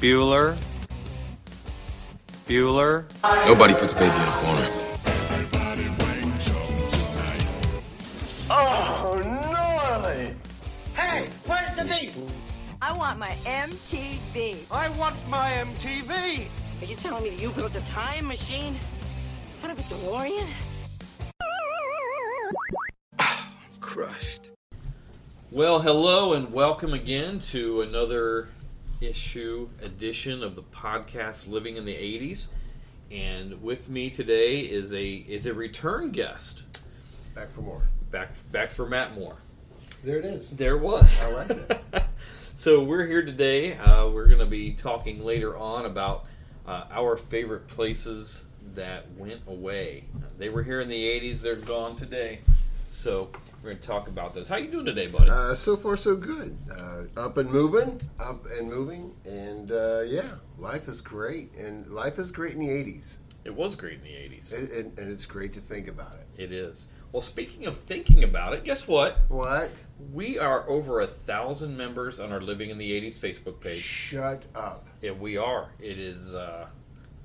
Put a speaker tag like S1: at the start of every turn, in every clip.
S1: Bueller. Bueller.
S2: Nobody puts baby in a corner.
S3: Oh, gnarly!
S4: Hey, where's the beef?
S5: I want my MTV.
S3: I want my MTV!
S6: Are you telling me that you built a time machine? Kind of a DeLorean?
S3: Crushed.
S7: Well, hello and welcome again to another issue edition of the podcast Living in the 80s. And with me today is a is a return guest
S8: Back for more.
S7: back back for Matt Moore.
S8: There it is.
S7: There was.
S8: I liked it.
S7: So we're here today. Uh, we're going to be talking later on about uh, our favorite places that went away. They were here in the 80s, they're gone today. So we're going to talk about those. How you doing today, buddy?
S8: Uh, so far, so good. Uh, up and moving, up and moving, and uh, yeah, life is great. And life is great in the '80s,
S7: it was great in the 80s.
S8: and, and, and it's great to think about it.
S7: It is. Well, speaking of thinking about it, guess what?
S8: What?
S7: We are over a thousand members on our Living in the 80s Facebook page.
S8: Shut up!
S7: Yeah, we are. It is uh,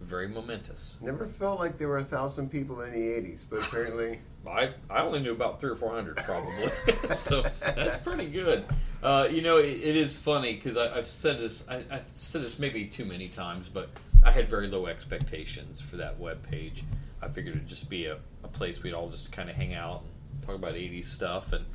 S7: very momentous.
S8: Never felt like there were a thousand people in the '80s, but apparently,
S7: I, I only knew about three or four hundred probably, so that's pretty good. Uh, you know, it, it is funny because I've said this I, I've said this maybe too many times, but I had very low expectations for that web page. I figured it'd just be a, a place we'd all just kind of hang out and talk about '80s stuff, and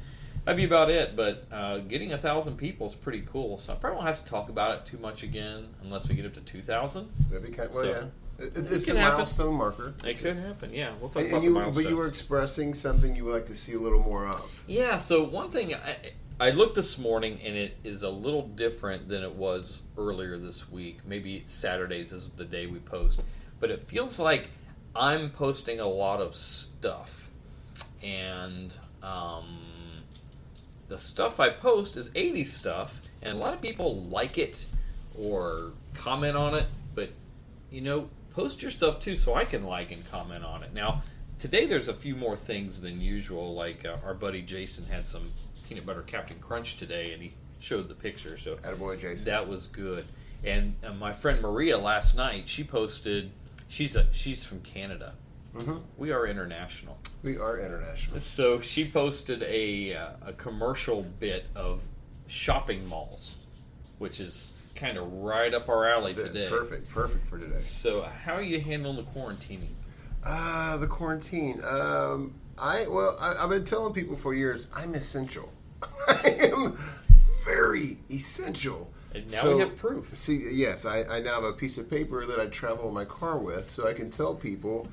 S7: that'd be about it. But uh, getting a thousand people is pretty cool, so I probably won't have to talk about it too much again unless we get up to two thousand.
S8: that'd be kind. Well,
S7: So,
S8: yeah, it, it's a
S7: can happen.
S8: milestone marker.
S7: It could happen, yeah. We'll talk about the
S8: And you, but you
S7: milestones.
S8: were expressing something you would like to see a little more of.
S7: Yeah, so one thing I, I looked this morning and it is a little different than it was earlier this week. Maybe Saturdays is the day we post, but it feels like I'm posting a lot of stuff. And um, the stuff I post is 80s stuff, and a lot of people like it or comment on it, but you know, post your stuff too so I can like and comment on it. Now, today there's a few more things than usual. Like uh, our buddy Jason had some peanut butter Captain Crunch today, and he showed the picture, so
S8: Attaboy, Jason.
S7: that was good. And uh, my friend Maria last night, she posted. She's a she's from Canada. We are international.
S8: We are international.
S7: So she posted a uh, a commercial bit of shopping malls, which is kind of right up our alley today.
S8: Perfect, perfect for today.
S7: So, how are you handling the quarantining?
S8: Uh, the quarantine. Um, I well, I, I've been telling people for years I'm essential. I am very essential.
S7: And now we have proof.
S8: See, yes, I, I now have a piece of paper that I travel in my car with, so I can tell people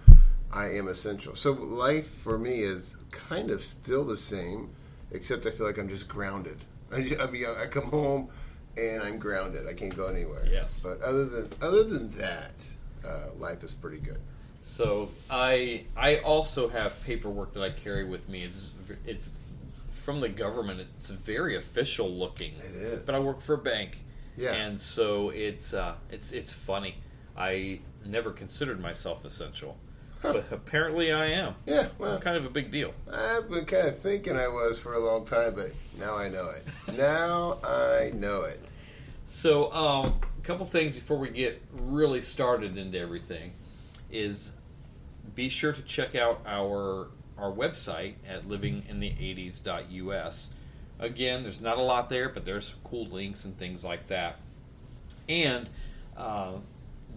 S8: I am essential. So life for me is kind of still the same, except I feel like I'm just grounded. I, I mean, I come home and I'm grounded. I can't go anywhere.
S7: Yes.
S8: But other than other than that, uh, life is pretty good.
S7: So, I I also have paperwork that I carry with me. It's v- it's from the government. It's very official looking.
S8: It is.
S7: But I work for a bank.
S8: Yeah.
S7: And so it's uh, it's it's funny. I never considered myself essential, but apparently I am.
S8: Yeah. Well,
S7: Kind of a big deal.
S8: I've been kind of thinking I was for a long time, but now I know it. Now I know it.
S7: So, um, a couple things before we get really started into everything is be sure to check out our our website at livinginthe80s.us. Again, there's not a lot there, but there's some cool links and things like that. And uh,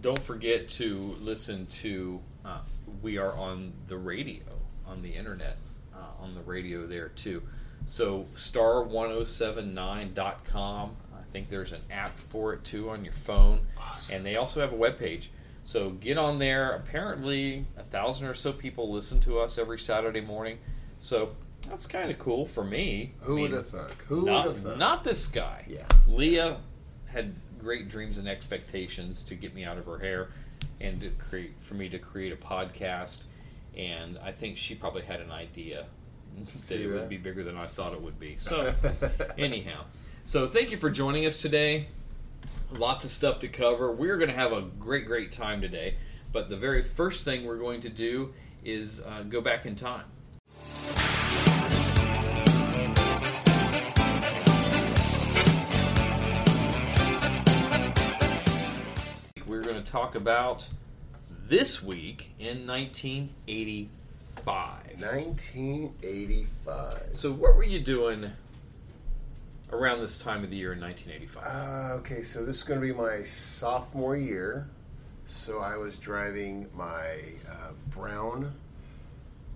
S7: don't forget to listen to. Uh, we are on the radio, on the internet, uh, on the radio there too. So star1079.com. I think there's an app for it too on your phone, and they also have a webpage. So get on there. Apparently, a thousand or so people listen to us every Saturday morning. So that's kind of cool for me.
S8: Who
S7: I mean,
S8: would have thunk? Who
S7: not,
S8: would have thunk?
S7: not this guy.
S8: Yeah.
S7: Leah had great dreams and expectations to get me out of her hair and to create for me to create a podcast. And I think she probably had an idea that
S8: See
S7: it would
S8: that?
S7: be bigger than I thought it would be. So anyhow. So thank you for joining us today. Lots of stuff to cover. We're going to have a great, great time today. But the very first thing we're going to do is uh, go back in time. going to talk about this week in 1985.
S8: 1985.
S7: So, what were you doing around this time of the year in 1985?
S8: Uh, okay, so this is going to be my sophomore year. So I was driving my uh, brown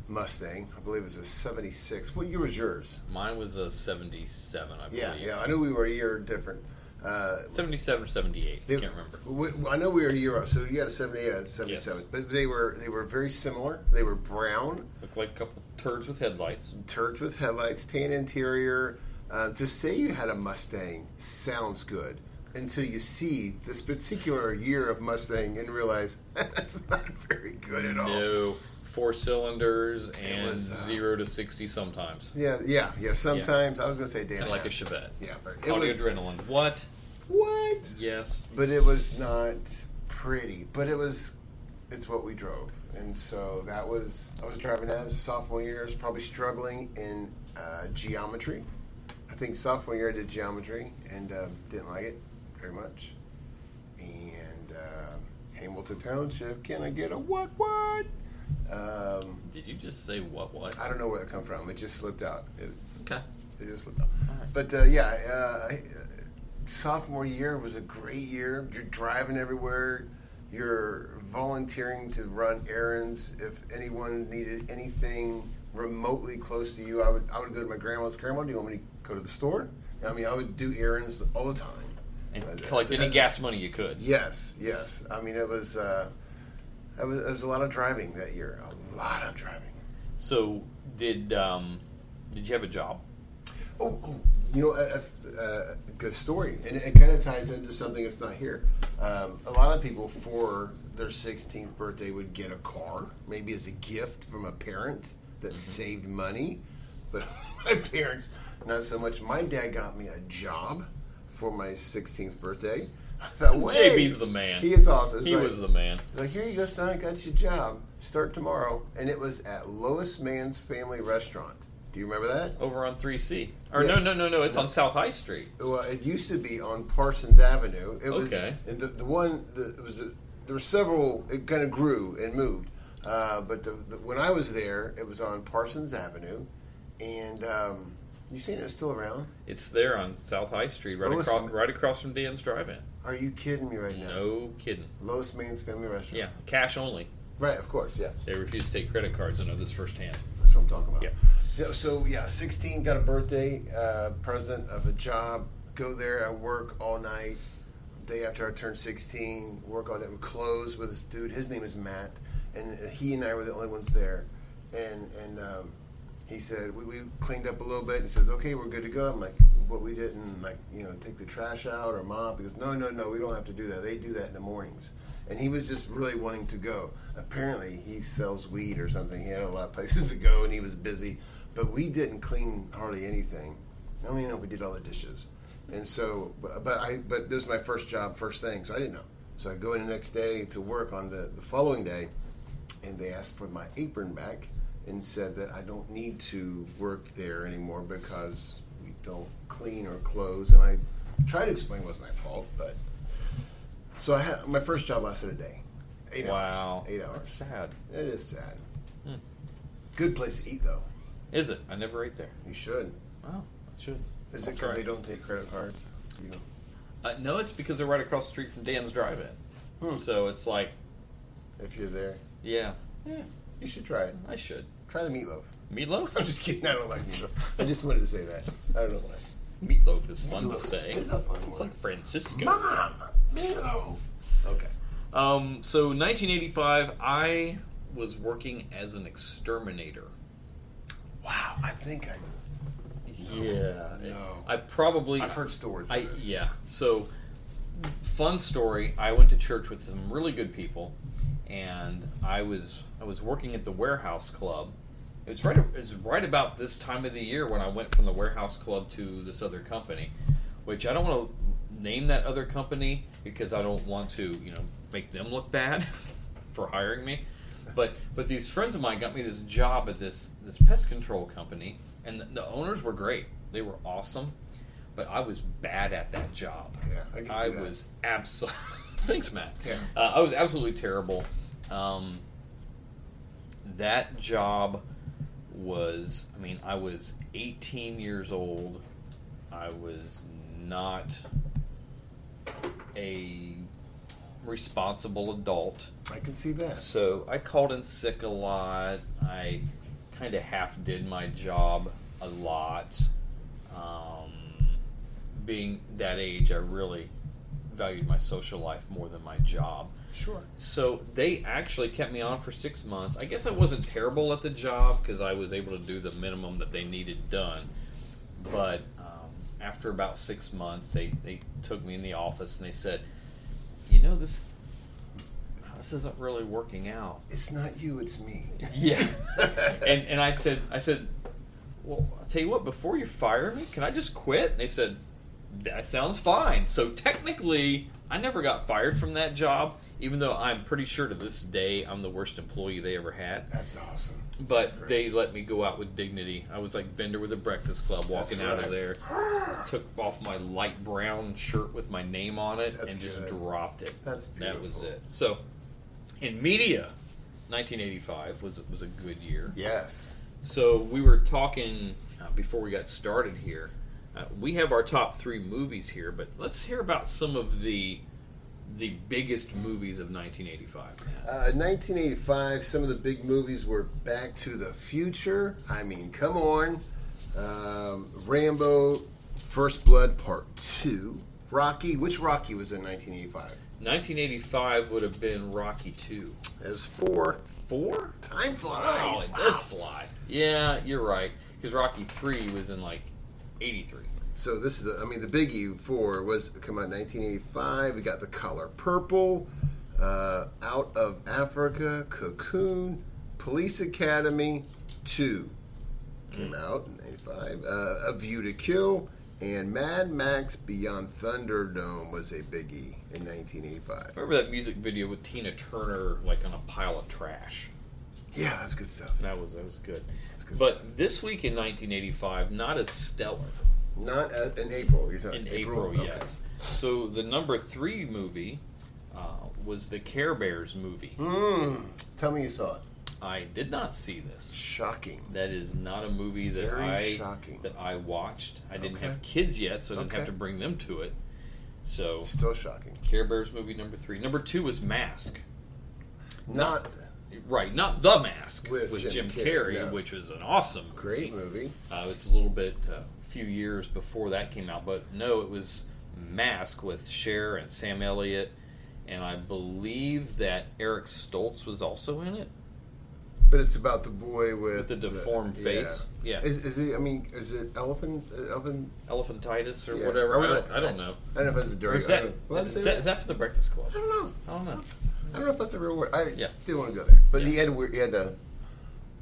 S8: Mustang. I believe it was a 76. What year was yours?
S7: Mine was a 77, I believe.
S8: Yeah, yeah. I knew we were a year different. Uh,
S7: 77 or 78. I
S8: They-
S7: can't remember.
S8: We, we- I know we were a year off, so you had a 78, I had a 77.
S7: Yes.
S8: But they were they were very similar. They were brown,
S7: Looked like a couple turds with headlights.
S8: turds with headlights, tan interior. Uh, to say you had a Mustang sounds good until you see this particular year of Mustang and realize that's not very good at all.
S7: No, four cylinders and
S8: Oh. was, uh,
S7: zero to 60 sometimes.
S8: Yeah, yeah, yeah. Sometimes I was gonna say damn.
S7: Kind of like a Chevette.
S8: Yeah, very- it
S7: Audio
S8: was-
S7: adrenaline. What?
S8: What?
S7: Yes.
S8: but it was not pretty. But it was, it's what we drove, and so that was. I was driving that as a sophomore year. I was probably struggling in uh, geometry. I think sophomore year I did geometry and um, didn't like it very much. And um Hamilton Township, can I get a what what? Um,
S7: Did you just say what? What?
S8: I don't know where it come from. It just slipped out. It,
S7: Okay.
S8: it just slipped out. But uh, yeah, uh, I- uh, sophomore year was a great year. You're driving everywhere. You're volunteering to run errands. If anyone needed anything remotely close to you, I would I would go to my grandma's. Grandma, do you want me to go to the store? I mean, I would do errands all the time.
S7: And
S8: As-
S7: collect
S8: as-
S7: any
S8: as-
S7: gas money you could.
S8: Yes, yes. I mean, it was uh, it was, it was a lot of driving that year. A lot of driving.
S7: So did um, did you have a job?
S8: Oh, oh, you know, a, a, a good story, and it kind of ties into something that's not here. Um, a lot of people for their 16th birthday would get a car, maybe as a gift from a parent that
S7: Mm-hmm.
S8: saved money. But my parents, not so much. My dad got me a job for my 16th birthday. I thought, wait,
S7: JB's the man.
S8: He is awesome. It's
S7: He
S8: like-
S7: was the man.
S8: He's like, here you go, son. I got you a job. Start tomorrow, and it was at Lois Mann's Family Restaurant. Do you remember that?
S7: Over on 3C. Or
S8: Yeah.
S7: no, no, no, no. It's on South High Street.
S8: Well, it used to be on Parsons Avenue. It was
S7: Okay.
S8: and the, the one the, it was a, there were several. It kind of grew and moved, uh, but the, the, when I was there, it was on Parsons Avenue, and um, you seen it's still around?
S7: It's there on South High Street, right
S8: Oh, it's-
S7: across, right across from Dan's Drive-In.
S8: Are you kidding me right now?
S7: No kidding.
S8: Lois Main's Family Restaurant.
S7: Yeah, cash only.
S8: Right. Of course. Yeah.
S7: They refuse to take credit cards. I know this firsthand.
S8: That's what I'm talking about.
S7: Yeah.
S8: So, so yeah, 16 got a birthday, uh, president of a job. Go there. I work all night. Day after I turned 16, work all night. We close with this dude. His name is Matt, and he and I were the only ones there. And and um, he said we, we cleaned up a little bit. And he says, okay, we're good to go. I'm like, but we didn't like you know take the trash out or mop. He goes, no, no, no, we don't have to do that. They do that in the mornings. And he was just really wanting to go. Apparently, he sells weed or something. He had a lot of places to go, and he was busy. But we didn't clean hardly anything. I don't even know if we did all the dishes. And so, but but I but this was my first job, first thing, so I didn't know. So I go in the next day to work on the, the following day, and they asked for my apron back and said that I don't need to work there anymore because we don't clean or close. And I tried to explain it was my fault, but so I had my first job lasted a day, eight
S7: wow.
S8: hours, eight
S7: That's
S8: hours.
S7: sad. Hmm.
S8: It is sad. Good place to eat though.
S7: Is it? I never ate there.
S8: You should.
S7: Wow. I should.
S8: Is
S7: I'll
S8: it because
S7: try
S8: they don't take credit cards? You know.
S7: Uh, no, it's because they're right across the street from Dan's Drive-In.
S8: Hmm.
S7: So it's like,
S8: If you're there,
S7: yeah,
S8: yeah, you should try it.
S7: I should.
S8: Try the meatloaf.
S7: Meatloaf?
S8: I'm just kidding. I don't like meatloaf. I just wanted to say that. I don't know why.
S7: Meatloaf is fun
S8: Meatloaf
S7: to say.
S8: is a fun
S7: It's
S8: word.
S7: like Francisco.
S8: Mom, meatloaf. Okay.
S7: Um, so 1985, I was working as an exterminator.
S8: Wow. I think I.
S7: Yeah.
S8: No.
S7: I probably
S8: I've heard stories.
S7: I
S8: of this.
S7: yeah. So fun story. I went to church with some really good people, and I was I was working at the warehouse club. It was right it's right about this time of the year when I went from the warehouse club to this other company, which I don't want to name that other company because I don't want to you know make them look bad for hiring me. But but these friends of mine got me this job at this this pest control company, and the, the owners were great. They were awesome, but I was bad at that job.
S8: Yeah, I can see that.
S7: was absolutely Thanks, Matt.
S8: Yeah.
S7: Uh, I was absolutely terrible. Um, that job was, I mean, I was 18 years old. I was not a responsible adult.
S8: I can see that.
S7: So I called in sick a lot. I kind of half did my job a lot. Um, being that age, I really valued my social life more than my job.
S8: Sure.
S7: So they actually kept me on for six months. I guess I wasn't terrible at the job because I was able to do the minimum that they needed done. But um, after about six months, they, they took me in the office and they said, "You know this this isn't really working out."
S8: It's not you, it's me.
S7: Yeah. and and I said I said, "Well, I'll tell you what. Before you fire me, can I just quit?" And they said, "That sounds fine." So technically, I never got fired from that job, even though I'm pretty sure to this day I'm the worst employee they ever had.
S8: That's awesome.
S7: But they let me go out with dignity. I was like Bender with a Breakfast Club walking out of
S8: right.
S7: there. Took off my light brown shirt with my name on it
S8: That's
S7: and just
S8: good.
S7: dropped it.
S8: That's
S7: that was
S8: beautiful.
S7: it. So, in media, 1985 was was a good year.
S8: Yes.
S7: So we were talking uh, before we got started here. Uh, we have our top three movies here, but let's hear about some of the the biggest movies of 1985. Matt.
S8: Uh, 1985, some of the big movies were Back to the Future. I mean, come on. Um, Rambo, First Blood Part 2. Rocky. Which Rocky was in 1985?
S7: 1985 would have been Rocky Two.
S8: It was 4.
S7: Four?
S8: Time flies.
S7: Wow, Oh, it does fly. Yeah, you're right. Because Rocky Three was in like '83.
S8: So this is the, I mean, the biggie for was come out 1985. We got the color purple, uh, out of Africa, cocoon, Police Academy, two came out in '85. Uh, a View to Kill and Mad Max Beyond Thunderdome was a biggie in 1985.
S7: Remember that music video with Tina Turner like on a pile of trash?
S8: Yeah, that's good stuff.
S7: That was that was good.
S8: good.
S7: But this week in 1985, not as stellar.
S8: Not uh, in April. You're talking
S7: In April,
S8: Okay.
S7: yes. So the number three movie uh, was the Care Bears movie.
S8: Hmm? Tell me you saw it.
S7: I did not see this.
S8: Shocking.
S7: That is not a movie that
S8: Very
S7: I
S8: shocking.
S7: that I watched. I didn't
S8: Okay.
S7: have kids yet, so I didn't have
S8: Okay.
S7: to bring them to it. So
S8: Still shocking.
S7: Care Bears movie number three. Number two was Mask.
S8: Not
S7: Right, not the Mask
S8: With
S7: with Jim,
S8: Jim
S7: Carrey,
S8: Carrey, no.
S7: which was an awesome
S8: great movie.
S7: Uh, it's a little bit, uh, few years before that came out, but no, it was Mask with Cher and Sam Elliott, and I believe that Eric Stoltz was also in it.
S8: But it's about the boy with,
S7: the deformed face? Yeah.
S8: Is, is it? I mean, is it elephant? uh, Elephant?
S7: Elephantitis or
S8: Yeah.
S7: whatever.
S8: Or
S7: I
S8: was
S7: don't,
S8: that-
S7: I don't know.
S8: I don't know if that's a
S7: Or
S8: dirty.
S7: is that,
S8: I don't, well, I'd
S7: is
S8: say
S7: that, is that for the Breakfast Club?
S8: I don't know.
S7: I don't know.
S8: I don't know if that's a real word. I
S7: Yeah.
S8: didn't want to go there. But he
S7: Yeah.
S8: had a weird- he had a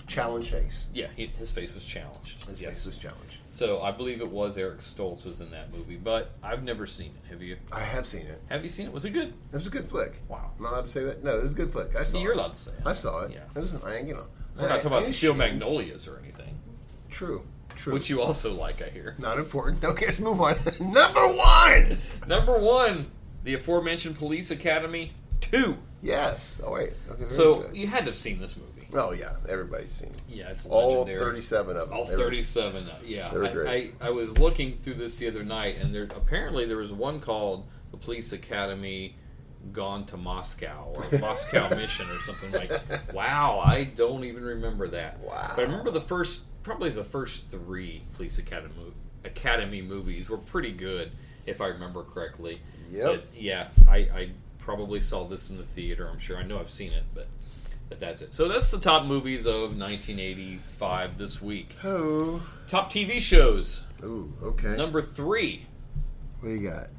S8: challenge face.
S7: Yeah, he, his face was challenged.
S8: His face was challenged.
S7: So I believe it was Eric Stoltz was in that movie, but I've never seen it. Have you?
S8: I have seen it.
S7: Have you seen it? Was it good?
S8: It was a good flick.
S7: Wow.
S8: Am I allowed to say that? No, it was a good flick. I saw.
S7: You're
S8: it.
S7: allowed to say it.
S8: I saw it.
S7: Yeah.
S8: It was. I ain't gonna.
S7: We're not talking about Steel
S8: still
S7: Magnolias or anything,
S8: True. True.
S7: which you also like, I hear.
S8: Not important. Okay, let's move on. Number one.
S7: Number one, the aforementioned Police Academy 2.
S8: Yes. Oh wait. Okay. very
S7: So
S8: good.
S7: you had to have seen this movie.
S8: Oh yeah, everybody's seen. it.
S7: Yeah, it's
S8: All
S7: legendary.
S8: thirty-seven of them.
S7: All
S8: Every-
S7: 37. uh, Yeah.
S8: They were
S7: I,
S8: great.
S7: I, I was looking through this the other night, and there apparently there was one called The Police Academy Gone to Moscow or Moscow Mission or something like Wow, I don't even remember that.
S8: Wow.
S7: But I remember the first, probably the first three Police Academy, Academy movies were pretty good, if I remember correctly.
S8: Yep.
S7: But yeah, I, I probably saw this in the theater. I'm sure. I know I've seen it, but. But that's it. So that's the top movies of 1985 this week.
S8: Oh.
S7: Top TV shows.
S8: Ooh, okay.
S7: Number three,
S8: what do you got?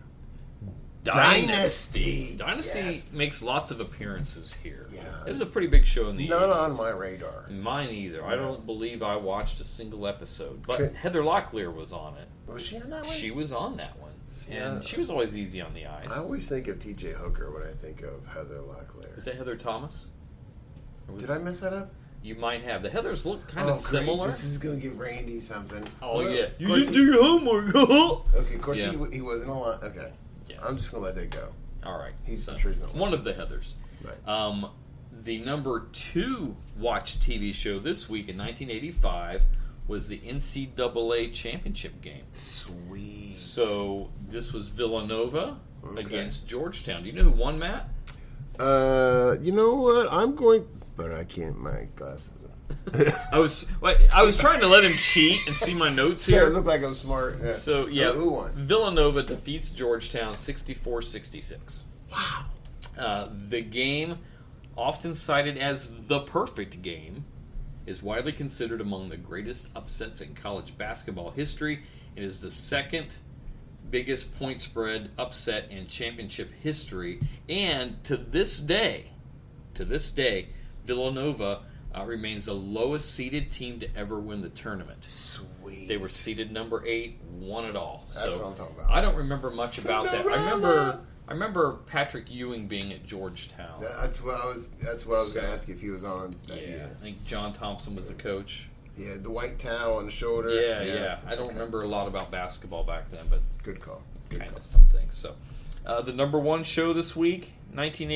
S7: Dynasty.
S8: Dynasty.
S7: Dynasty
S8: Yes.
S7: makes lots of appearances here.
S8: Yeah.
S7: It was a pretty big show in the
S8: Not
S7: 80s.
S8: on my radar.
S7: Mine either. I don't believe I watched a single episode. But
S8: Okay.
S7: Heather Locklear was on it.
S8: Was she on that one?
S7: She was on that one.
S8: Yeah.
S7: And she was always easy on the eyes.
S8: I always think of T.J. Hooker when I think of Heather Locklear.
S7: Is that Heather Thomas?
S8: Did I mess that up? Oh,
S7: You might have. The Heathers look kind of
S8: great.
S7: similar.
S8: This is gonna give Randy something.
S7: Oh,
S8: Well,
S7: yeah.
S8: You just do.
S7: your homework.
S8: Okay, of course
S7: Yeah.
S8: he, he wasn't on. Okay.
S7: Yeah.
S8: I'm just gonna let that go.
S7: All right.
S8: He's-
S7: so,
S8: I'm sure he's not
S7: one of the Heathers.
S8: Right.
S7: Um, the number two watched TV show this week in 1985 was the NCAA championship game.
S8: Sweet.
S7: So this was Villanova against Georgetown. Do you know who won, Matt?
S8: Uh, you know what? I'm going, but I can't. My glasses.
S7: I was wait, I was trying to let him cheat and see my notes
S8: Sure, it
S7: here.
S8: looked like I'm smart. Yeah.
S7: So yeah,
S8: Who won?
S7: Villanova defeats Georgetown 64-66. Wow. Uh, the game, often cited as the perfect game, is widely considered among the greatest upsets in college basketball history. It is the second biggest point spread upset in championship history, and to this day, to this day, Villanova uh, remains the lowest seeded team to ever win the tournament.
S8: Sweet.
S7: They were seated number eight, one at all. So
S8: That's what I'm talking about.
S7: I don't remember much about that. I remember
S8: Cinderella.
S7: I remember Patrick Ewing being at Georgetown.
S8: That's what I was. That's what I was going to ask you if he was on that
S7: yeah,
S8: year.
S7: I think John Thompson was the coach.
S8: Yeah, the white towel on the shoulder.
S7: Yeah, yeah.
S8: that's-
S7: I don't
S8: okay.
S7: remember a lot about basketball back then, but
S8: Good call. Good
S7: kind
S8: call.
S7: of some things. So, uh, the number one show this week,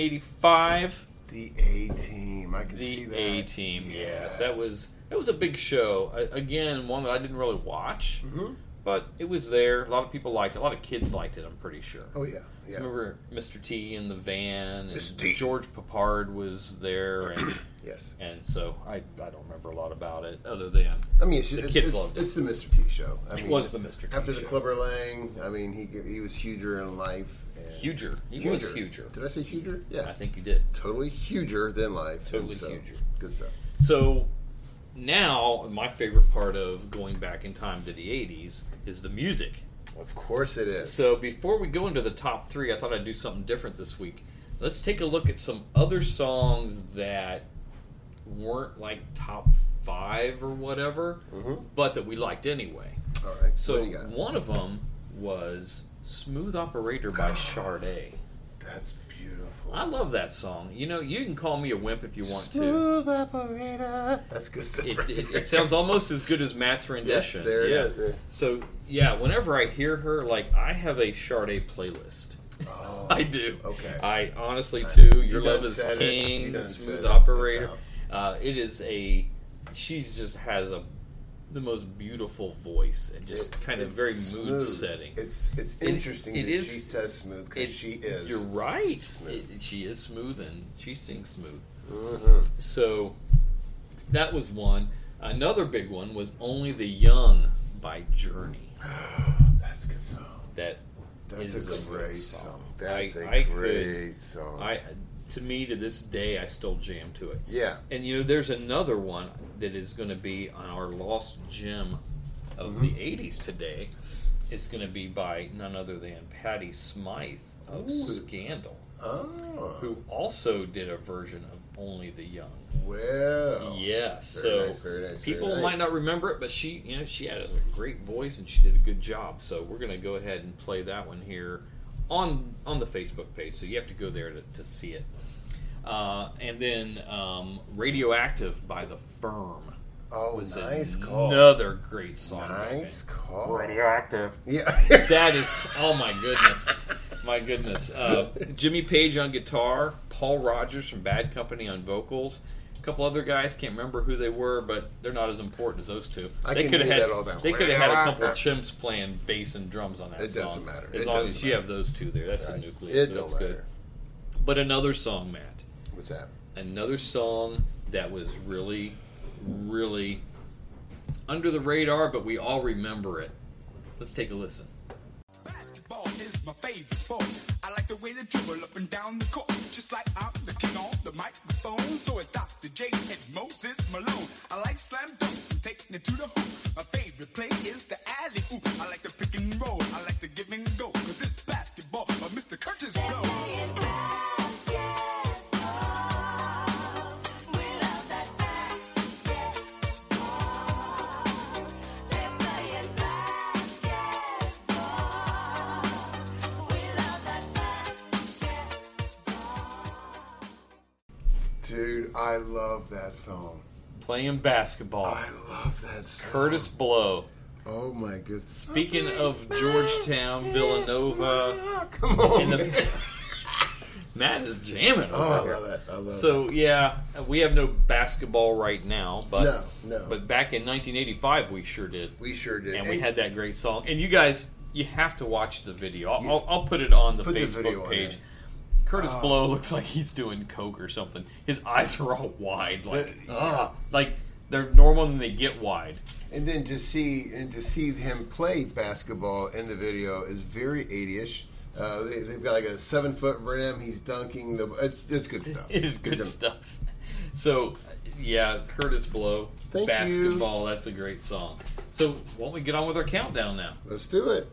S7: 1985,
S8: The A team. I can see
S7: the
S8: that.
S7: A Team. Yes, that was that was a big show. I, again, one that I didn't really watch,
S8: Mm-hmm.
S7: but it was there. A lot of people liked it. A lot of kids liked it. I'm pretty sure.
S8: Oh yeah. Yeah.
S7: Remember Mr. T in the van,
S8: Mr.
S7: and
S8: T.
S7: George Papard was there, and
S8: Yes.
S7: and so I, I don't remember a lot about it other than
S8: I mean, it's,
S7: The
S8: it's,
S7: kids
S8: it's,
S7: loved it.
S8: it's the Mr. T show. I
S7: It
S8: mean,
S7: was the Mr. T
S8: After the
S7: show.
S8: Clubber Lang, I mean, he he was huger in life. And
S7: Huger. He was huger.
S8: Did I say huger? Yeah.
S7: I think you did.
S8: totally huger than life. and
S7: Totally
S8: so,
S7: huger.
S8: Good stuff.
S7: So now my favorite part of going back in time to the 80s is the music.
S8: Of course it is.
S7: So before we go into the top three, I thought I'd do something different this week. Let's take a look at some other songs that weren't like top five or whatever,
S8: Mm-hmm.
S7: but that we liked anyway.
S8: All right.
S7: So
S8: what do you got?
S7: one of them was "Smooth Operator" by Sade.
S8: That's beautiful.
S7: I love that song. You know, you can call me a wimp if you want to.
S8: Smooth operator. That's good stuff.
S7: It,
S8: right
S7: it,
S8: there.
S7: it sounds almost as good as Matt's rendition.
S8: there it
S7: yeah.
S8: is, yeah.
S7: So yeah, whenever I hear her, like I have a Sade playlist.
S8: Oh,
S7: I do.
S8: Okay.
S7: I honestly
S8: I-
S7: too.
S8: you
S7: Your
S8: done
S7: love is
S8: said it. You
S7: king.
S8: done said it.
S7: Smooth
S8: It's
S7: operator.
S8: out.
S7: Uh, it is a. She just has a the most beautiful voice and just
S8: It-
S7: kind of
S8: it's
S7: very mood
S8: smooth.
S7: setting.
S8: It's it's interesting
S7: it
S8: that
S7: is-
S8: she says smooth because
S7: It-
S8: she is.
S7: You're right.
S8: Smooth.
S7: It- she is smooth and she sings smooth.
S8: Mhm.
S7: So that was one. Another big one was Only the Young by Journey.
S8: That's a good song.
S7: That
S8: That's
S7: is
S8: a
S7: good
S8: great
S7: song.
S8: song. That's
S7: I-
S8: a
S7: I could-
S8: great song.
S7: I to me to this day I still jam to it.
S8: yeah.
S7: And you know, there's another one that is going to be on our lost gem of
S8: Mm-hmm.
S7: the '80s today. It's going to be by none other than Patti Smythe of Scandal,
S8: Oh.
S7: who also did a version of Only the Young.
S8: Well.
S7: Yes.
S8: Oh, Very
S7: so
S8: nice, very nice, very
S7: people
S8: nice.
S7: might not remember it, but she, you know, she had a great voice and she did a good job. So we're gonna go ahead and play that one here on on the Facebook page. So you have to go there to, to see it. Uh, and then um, "Radioactive" by the Firm
S8: Oh,
S7: was
S8: nice call.
S7: another great song. I
S8: Nice
S7: think.
S8: call.
S7: Radioactive.
S8: Yeah.
S7: That is, oh my goodness, my goodness. Uh, Jimmy Page on guitar, Paul Rogers from Bad Company on vocals, a couple other guys can't remember who they were, but they're not as important as those two.
S8: I
S7: they
S8: can
S7: coulda
S8: do
S7: had
S8: that all day.
S7: they could have had a couple of chimps playing bass and drums on that.
S8: It
S7: song,
S8: doesn't matter.
S7: as
S8: It
S7: long
S8: doesn't
S7: as you
S8: matter.
S7: have those two there. That's the nucleus.
S8: It
S7: so
S8: don't
S7: that's
S8: matter.
S7: good. But another song, Matt
S8: What's that?
S7: another song that was really, really under the radar, but we all remember it. Let's take a listen.
S1: Basketball is my favorite sport. I like the way they dribble up and down the court, just like I'm the king on the microphone. So it's Dr. J and Moses Malone. I like slam dunks and taking it to the hoop. My favorite play is the alley oop. I like the pick and roll. I like the give and go, cause it's basketball. But Mr. Curtis blow.
S8: Dude, I love that song.
S7: Playing basketball.
S8: I love that song.
S7: Curtis Blow.
S8: Oh my goodness.
S7: Speaking of Georgetown, Villanova,
S8: Come on.
S7: in
S8: man.
S7: the Matt is jamming.
S8: Oh, I
S7: over
S8: love
S7: here.
S8: it. I love it.
S7: So yeah, we have no basketball right now, but
S8: No, no.
S7: But back in 1985, we sure did,
S8: We sure did.
S7: and, we had that great song. And you guys, you have to watch the video. I'll,
S8: You-
S7: I'll, I'll put it on the
S8: Put the
S7: Facebook
S8: video on
S7: page.
S8: there. Uh,
S7: Curtis Blow looks like he's doing coke or something. His eyes are all wide, like
S8: yeah.
S7: ah, like they're normal and they get wide.
S8: uh, And then to see and to see him play basketball in the video is very 80ish. Uh, they, they've got like a seven foot rim. He's dunking. The, it's it's good stuff.
S7: It is good stuff. So, yeah, Curtis Blow,
S8: Thank you.
S7: basketball. That's a great song. So, why don't we get on with our countdown now?
S8: Let's do it.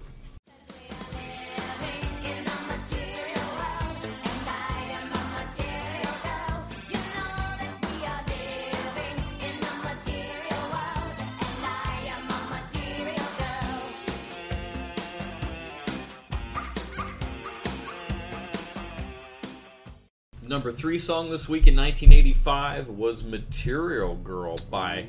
S7: Number three song this week in 1985 was "Material Girl" by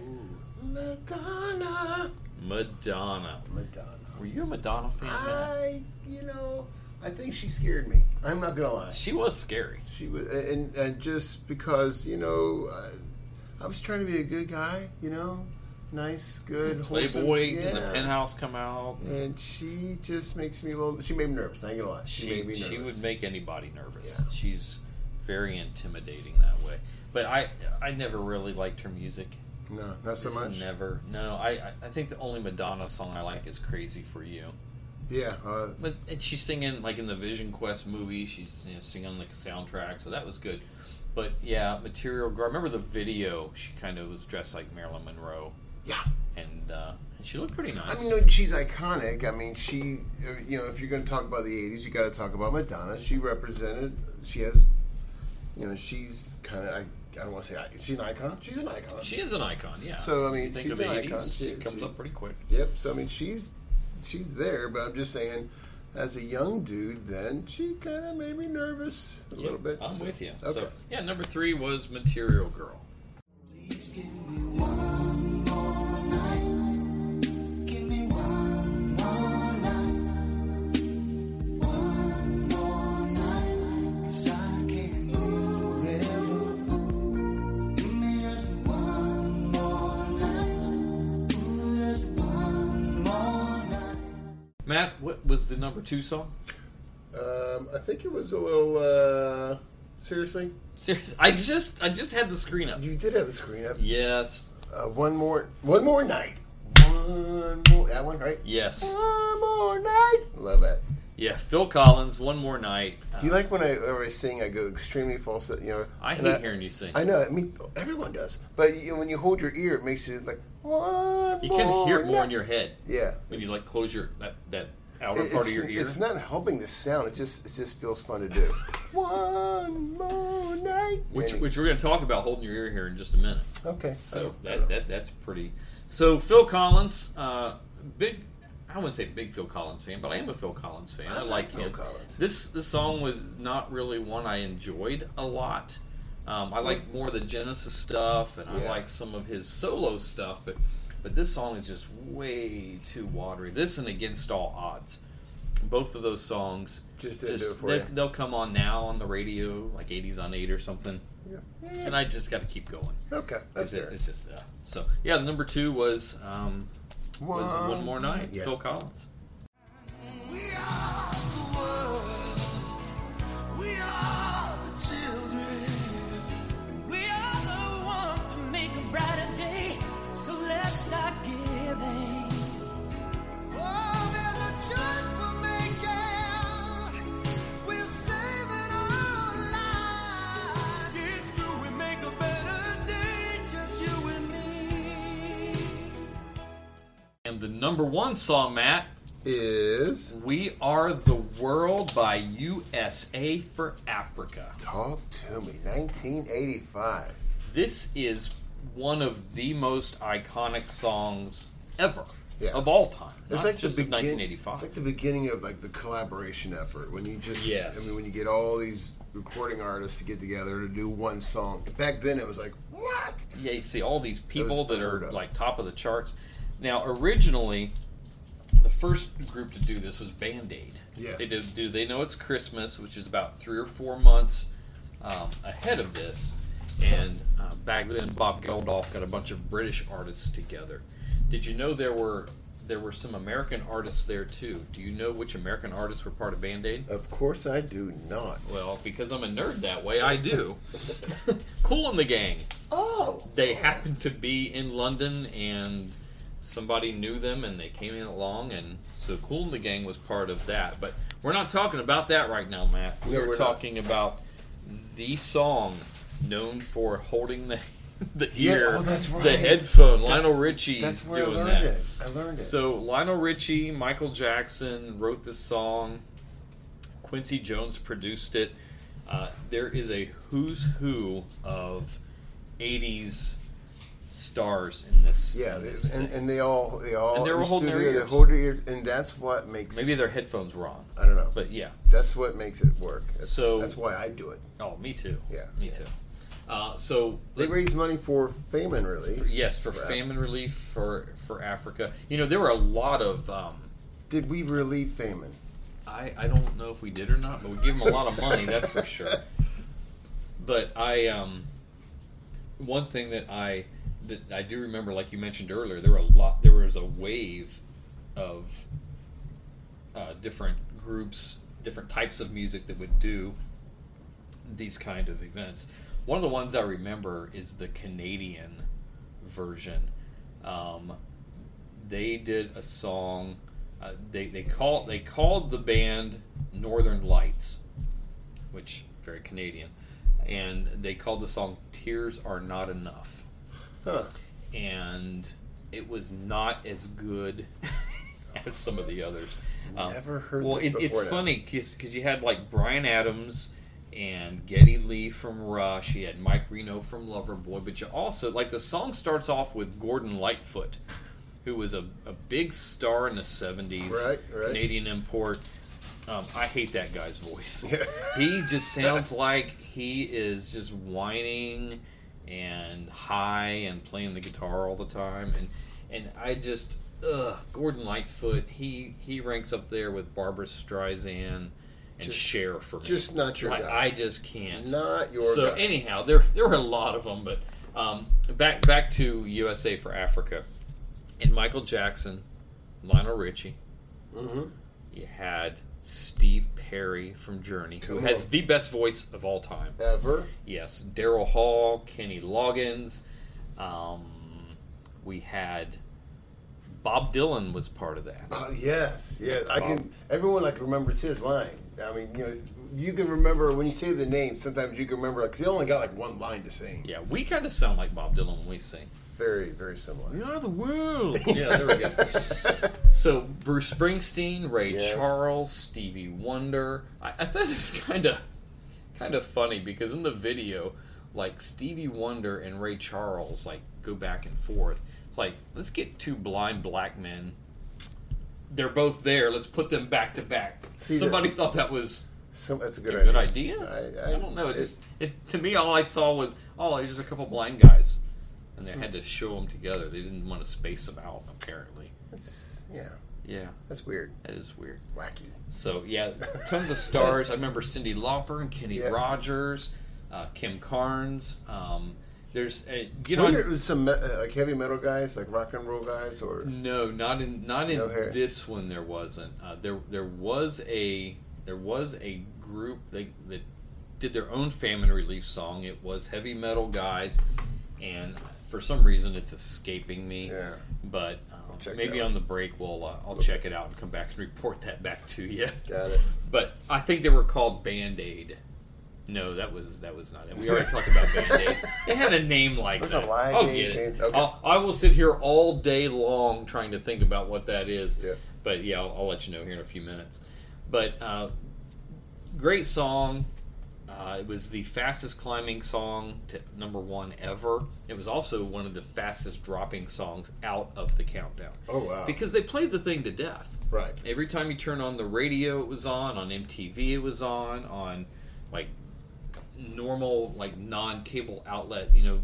S8: Madonna.
S7: Madonna.
S8: Madonna.
S7: Were you a Madonna fan? Matt?
S8: I you know I think she scared me. I'm not gonna lie.
S7: She was scary.
S8: She was, and, and just because you know, I, I was trying to be a good guy, you know, nice, good, wholesome.
S7: Playboy and the
S8: yeah.
S7: Penthouse come out.
S8: And she just makes me a little. She made me nervous. I ain't gonna lie. She,
S7: She
S8: made me nervous.
S7: she would make anybody nervous.
S8: Yeah.
S7: She's very intimidating that way. But I I never really liked her music.
S8: no, not so
S7: Just
S8: much.
S7: Never. No, I I- I think the only Madonna song I like is "Crazy for You."
S8: Yeah, uh,
S7: But and she's singing like in the Vision Quest movie. She's you know, singing like a soundtrack, so that was good. But yeah, Material Girl. I remember the video? She kind of was dressed like Marilyn Monroe,
S8: yeah.
S7: and uh, she looked pretty nice.
S8: I mean, she's iconic. I mean, she. uh, You know, if you're gonna talk about the '80s, you got to talk about Madonna. She represented. She has. You know, she's kind of. I, I don't want to say I, she's an icon. She's an icon.
S7: she is an icon. Yeah.
S8: So, I mean,
S7: You think
S8: she's
S7: of the
S8: an
S7: 80s,
S8: icon.
S7: She
S8: She-
S7: comes
S8: she-
S7: up pretty quick.
S8: Yep. So I mean, she's she's there, but I'm just saying, as a young dude, then she kind of made me nervous a little bit.
S7: I'm
S8: So-
S7: with you.
S8: Okay.
S7: So yeah, number three was Material Girl. Matt, what was the number two song?
S8: Um, I think it was a little. Uh, seriously,
S7: Seriously, I just I just had the screen up.
S8: you did have a screen up.
S7: Yes,
S8: Uh, one more, one more night. One more. That one, right?
S7: yes,
S8: One more night. Love it.
S7: yeah. Phil Collins, one more night. Uh,
S8: Do you like when I, when I sing? I go extremely falsetto. You know,
S7: I
S8: and
S7: hate hearing you sing.
S8: I know. I mean, everyone does. But you, when you hold your ear, it makes it like one.
S7: you can
S8: more
S7: hear it more in
S8: night.
S7: your head
S8: Yeah,
S7: when you like close your that that outer
S8: It-
S7: part of
S8: it's-
S7: your ear.
S8: It's not helping the sound. It just it just feels fun to do. One more night.
S7: which,
S8: Any-
S7: which we're going to talk about holding your ear here in just a minute.
S8: okay. Oh, I
S7: So
S8: don't- I
S7: that,
S8: don't-
S7: that that's pretty. So Phil Collins, uh, big. I wouldn't say big Phil Collins fan, but I am a Phil Collins fan. I,
S8: like
S7: like
S8: Phil
S7: him.
S8: Collins.
S7: This this song was not really one I enjoyed a lot. Um, I like more of the Genesis stuff, and I
S8: Yeah.
S7: like some of his solo stuff, but but this song is just way too watery. This and Against All Odds, both of those songs
S8: Just didn't do it for
S7: they,
S8: you.
S7: they'll come on now on the radio, like '80s on eight or something,
S8: yeah.
S7: and I just got to keep going.
S8: okay, that's
S7: It's,
S8: fair.
S7: it's just uh, so yeah. Number two was um, was one, more night.
S8: Yeah.
S7: Phil Collins.
S6: We are the ones to make a brighter day, so let's start giving.
S7: And the number one song, Matt,
S8: Is
S7: "We Are the World" by USA for Africa.
S8: talk to me. 1985.
S7: This is one of the most iconic songs ever
S8: Yeah.
S7: of all time.
S8: It's
S7: Not
S8: like
S7: just
S8: the
S7: of
S8: begin-
S7: 1985.
S8: It's like the beginning of like the collaboration effort when you just.
S7: Yes.
S8: I mean, when you get all these recording artists to get together to do one song. Back then, it was like what?
S7: yeah, you see all these people
S8: Those
S7: that are
S8: unheard of.
S7: like top of the charts. Now, originally, the first group to do this was Band Aid.
S8: Yes.
S7: They did do They Know It's Christmas, which is about three or four months um, ahead of this. And uh, back then, Bob Geldof got a bunch of British artists together. Did you know there were there were some American artists there too? Do you know which American artists were part of Band Aid?
S8: Of course, I do not.
S7: Well, because I'm a nerd that way, I do. cool in the Gang.
S4: Oh,
S7: They happened to be in London and somebody knew them and they came in along and so Cool in the Gang was part of that. But we're not talking about that right now, Matt. We
S8: No,
S7: are
S8: we're not.
S7: talking about the song known for holding the the
S8: Yeah,
S7: ear,
S8: oh, that's
S7: the
S8: right.
S7: headphone.
S8: That's-
S7: Lionel Richie
S8: That's where I
S7: doing
S8: learned
S7: that.
S8: it. I learned it.
S7: So Lionel Richie, Michael Jackson wrote this song. Quincy Jones produced it. Uh, there is a who's who of '80s stars in this.
S8: yeah,
S7: in
S8: they-
S7: this
S8: and,
S7: thing.
S8: and they all they all
S7: And they
S8: in
S7: were
S8: the
S7: holding their
S8: studio,
S7: ears.
S8: They hold their ears, and that's what makes
S7: maybe their headphones were on.
S8: I don't know,
S7: But yeah.
S8: that's what makes it work. That's,
S7: So-
S8: that's why I do it.
S7: Oh, me too.
S8: Yeah.
S7: me too. Uh, so
S8: They raise money for famine relief.
S7: yes, for
S8: For Af-
S7: famine relief for for Africa. You know, there were a lot of. Um,
S8: Did we relieve famine?
S7: I, I don't know if we did or not, but we gave him a lot of money, that's for sure. But I um one thing that I that I do remember, like you mentioned earlier, there were a lot there was a wave of uh, different groups, different types of music that would do these kind of events. One of the ones I remember is the Canadian version. Um, they did a song. Uh, they they call they called the band Northern Lights, which very Canadian, and they called the song "Tears Are Not Enough,"
S8: Huh.
S7: and it was not as good as some of the others.
S8: Never heard
S7: Oh. Well,
S8: this
S7: it, it's
S8: before now.
S7: funny because you had like Brian Adams and Getty Lee from Rush. You had Mike Reno from Loverboy, but you also like the song starts off with Gordon Lightfoot, who was a, a big star in the '70s,
S8: Right, right.
S7: Canadian import. Um, I hate that guy's voice. he just sounds like he is just whining and high and playing the guitar all the time, and and I just ugh, Gordon Lightfoot. He he ranks up there with Barbara Streisand and Cher for me.
S8: just not your
S7: Like,
S8: guy.
S7: I just can't.
S8: Not your
S7: so
S8: guy.
S7: anyhow, there there were a lot of them, but um, back back to USA for Africa and Michael Jackson, Lionel Richie.
S8: Mm-hmm.
S7: You had Steve Perry from Journey, who
S8: Cool.
S7: has the best voice of all time.
S8: Ever?
S7: Yes, Daryl Hall, Kenny Loggins. Um, we had Bob Dylan was part of that.
S8: Uh, yes, yes. I
S7: Um,
S8: can. Everyone like remembers his line. I mean, you know, you can remember when you say the name. Sometimes you can remember because they only got like one line to sing.
S7: Yeah, we kind of sound like Bob Dylan when we sing.
S8: Very, very similar.
S7: You're the world. yeah, there we go. So Bruce Springsteen, Ray
S8: Yes.
S7: Charles, Stevie Wonder. I, I thought it was kind of kind of funny because in the video, like Stevie Wonder and Ray Charles, like go back and forth. It's like let's get two blind black men. They're both there. Let's put them back to back.
S8: See,
S7: Somebody
S8: the-
S7: thought that was
S8: Some, that's a
S7: a
S8: good
S7: good
S8: idea.
S7: idea. I,
S8: I- I-
S7: don't know. It
S8: it-
S7: just, it, to me, all I saw was oh, there's a couple blind guys, and they had to show them together. They didn't want to space them out, apparently.
S8: That's, yeah,
S7: Yeah,
S8: that's weird.
S7: that is weird.
S8: Wacky.
S7: So yeah, tons of stars. I remember Cindy Lauper and Kenny
S8: Yeah.
S7: Rogers, uh, Kim Carnes. Um, there's uh, you know
S8: Wonder it was some me- uh, like heavy metal guys, like rock and roll guys, or
S7: no, not in not in
S8: No hair.
S7: this one. There wasn't. Uh, there there was a there was a group they, that did their own famine relief song. It was heavy metal guys, and for some reason it's escaping me.
S8: Yeah.
S7: But um,
S8: check
S7: maybe
S8: that
S7: on
S8: out.
S7: the break we'll uh, I'll check it out and come back and report that back to you.
S8: got it.
S7: But I think they were called Band Aid. No, that was that was not it. We already talked about Band Aid. It had a name like
S8: There's a
S7: that.
S8: live
S7: I'll
S8: Aid
S7: get it.
S8: Band- okay.
S7: I'll, I will sit here all day long trying to think about what that is.
S8: Yeah.
S7: But yeah, I'll, I'll let you know here in a few minutes. But uh, great song. Uh, it was the fastest climbing song to number one ever. It was also one of the fastest dropping songs out of the countdown.
S8: Oh, wow.
S7: Because they played the thing to death.
S8: Right.
S7: Every time you turn on the radio, it was on. On MTV, it was on. On like normal, like non-cable outlet, you know,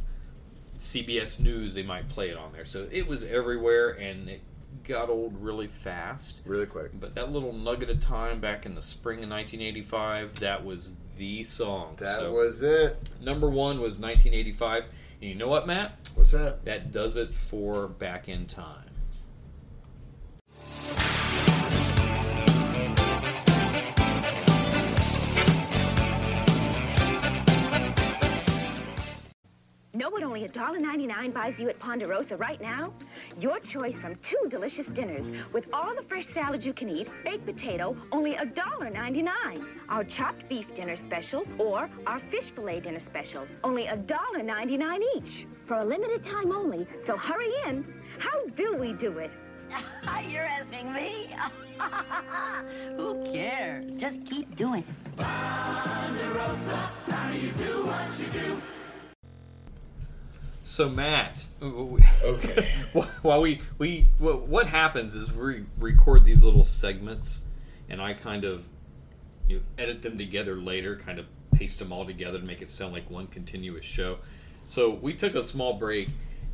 S7: CBS News, they might play it on there. So it was everywhere, and it got old really fast.
S8: Really quick.
S7: But that little nugget of time back in the spring of 1985, that was the song.
S8: That
S7: So,
S8: was it.
S7: number one was 1985, and you know what, Matt?
S8: What's that?
S7: That does it for Back in Time.
S9: Know what only $1.99 buys you at Ponderosa right now? Your choice from two delicious dinners with all the fresh salad you can eat, baked potato, only $1.99. Our chopped beef dinner special or our fish fillet dinner special, only $1.99 each. For a limited time only, so hurry in. How do we do it?
S10: You're asking me? Who cares? Just keep doing it.
S7: So, Matt,
S8: Okay.
S7: while we we wha- what happens is we record these little segments, and I kind of you know, edit them together later, kind of paste them all together to make it sound like one continuous show. So we took a small break,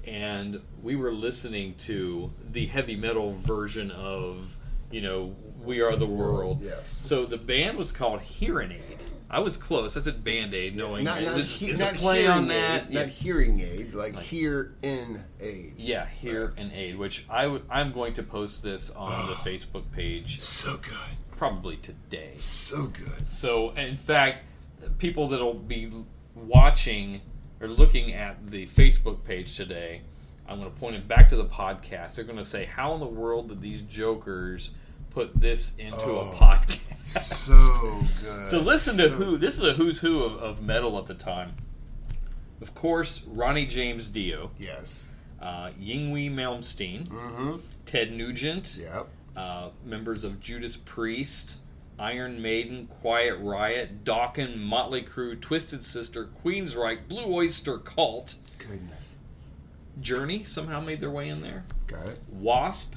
S7: and we were listening to the heavy metal version of you know We Are the World.
S8: Yes.
S7: So the band was called Hearing Aid. I was close. I said Band Aid, knowing
S8: not
S7: that
S8: not,
S7: this
S8: he,
S7: is
S8: not
S7: a play
S8: hearing
S7: on
S8: aid,
S7: that.
S8: Not
S7: Yeah.
S8: hearing aid, like, hear in aid.
S7: Yeah, here and aid, which I w- I'm going to post this on the Facebook page
S8: So good.
S7: probably today.
S8: So good.
S7: So, in fact, people that'll be watching or looking at the Facebook page today, I'm going to point it back to the podcast. They're going to say, "How in the world did these jokers put this into a podcast?"
S8: So good.
S7: So listen to
S8: So-
S7: who this is a who's who of, of metal at the time. Of course, Ronnie James Dio,
S8: Yes.
S7: uh, Yngwie Malmsteen, Ted Nugent,
S8: Yep.
S7: uh, members of Judas Priest, Iron Maiden, Quiet Riot, Dawkins, Motley Crue, Twisted Sister, Queensryche, Blue Oyster Cult,
S8: Goodness.
S7: Journey somehow made their way in there,
S8: Got it.
S7: Wasp,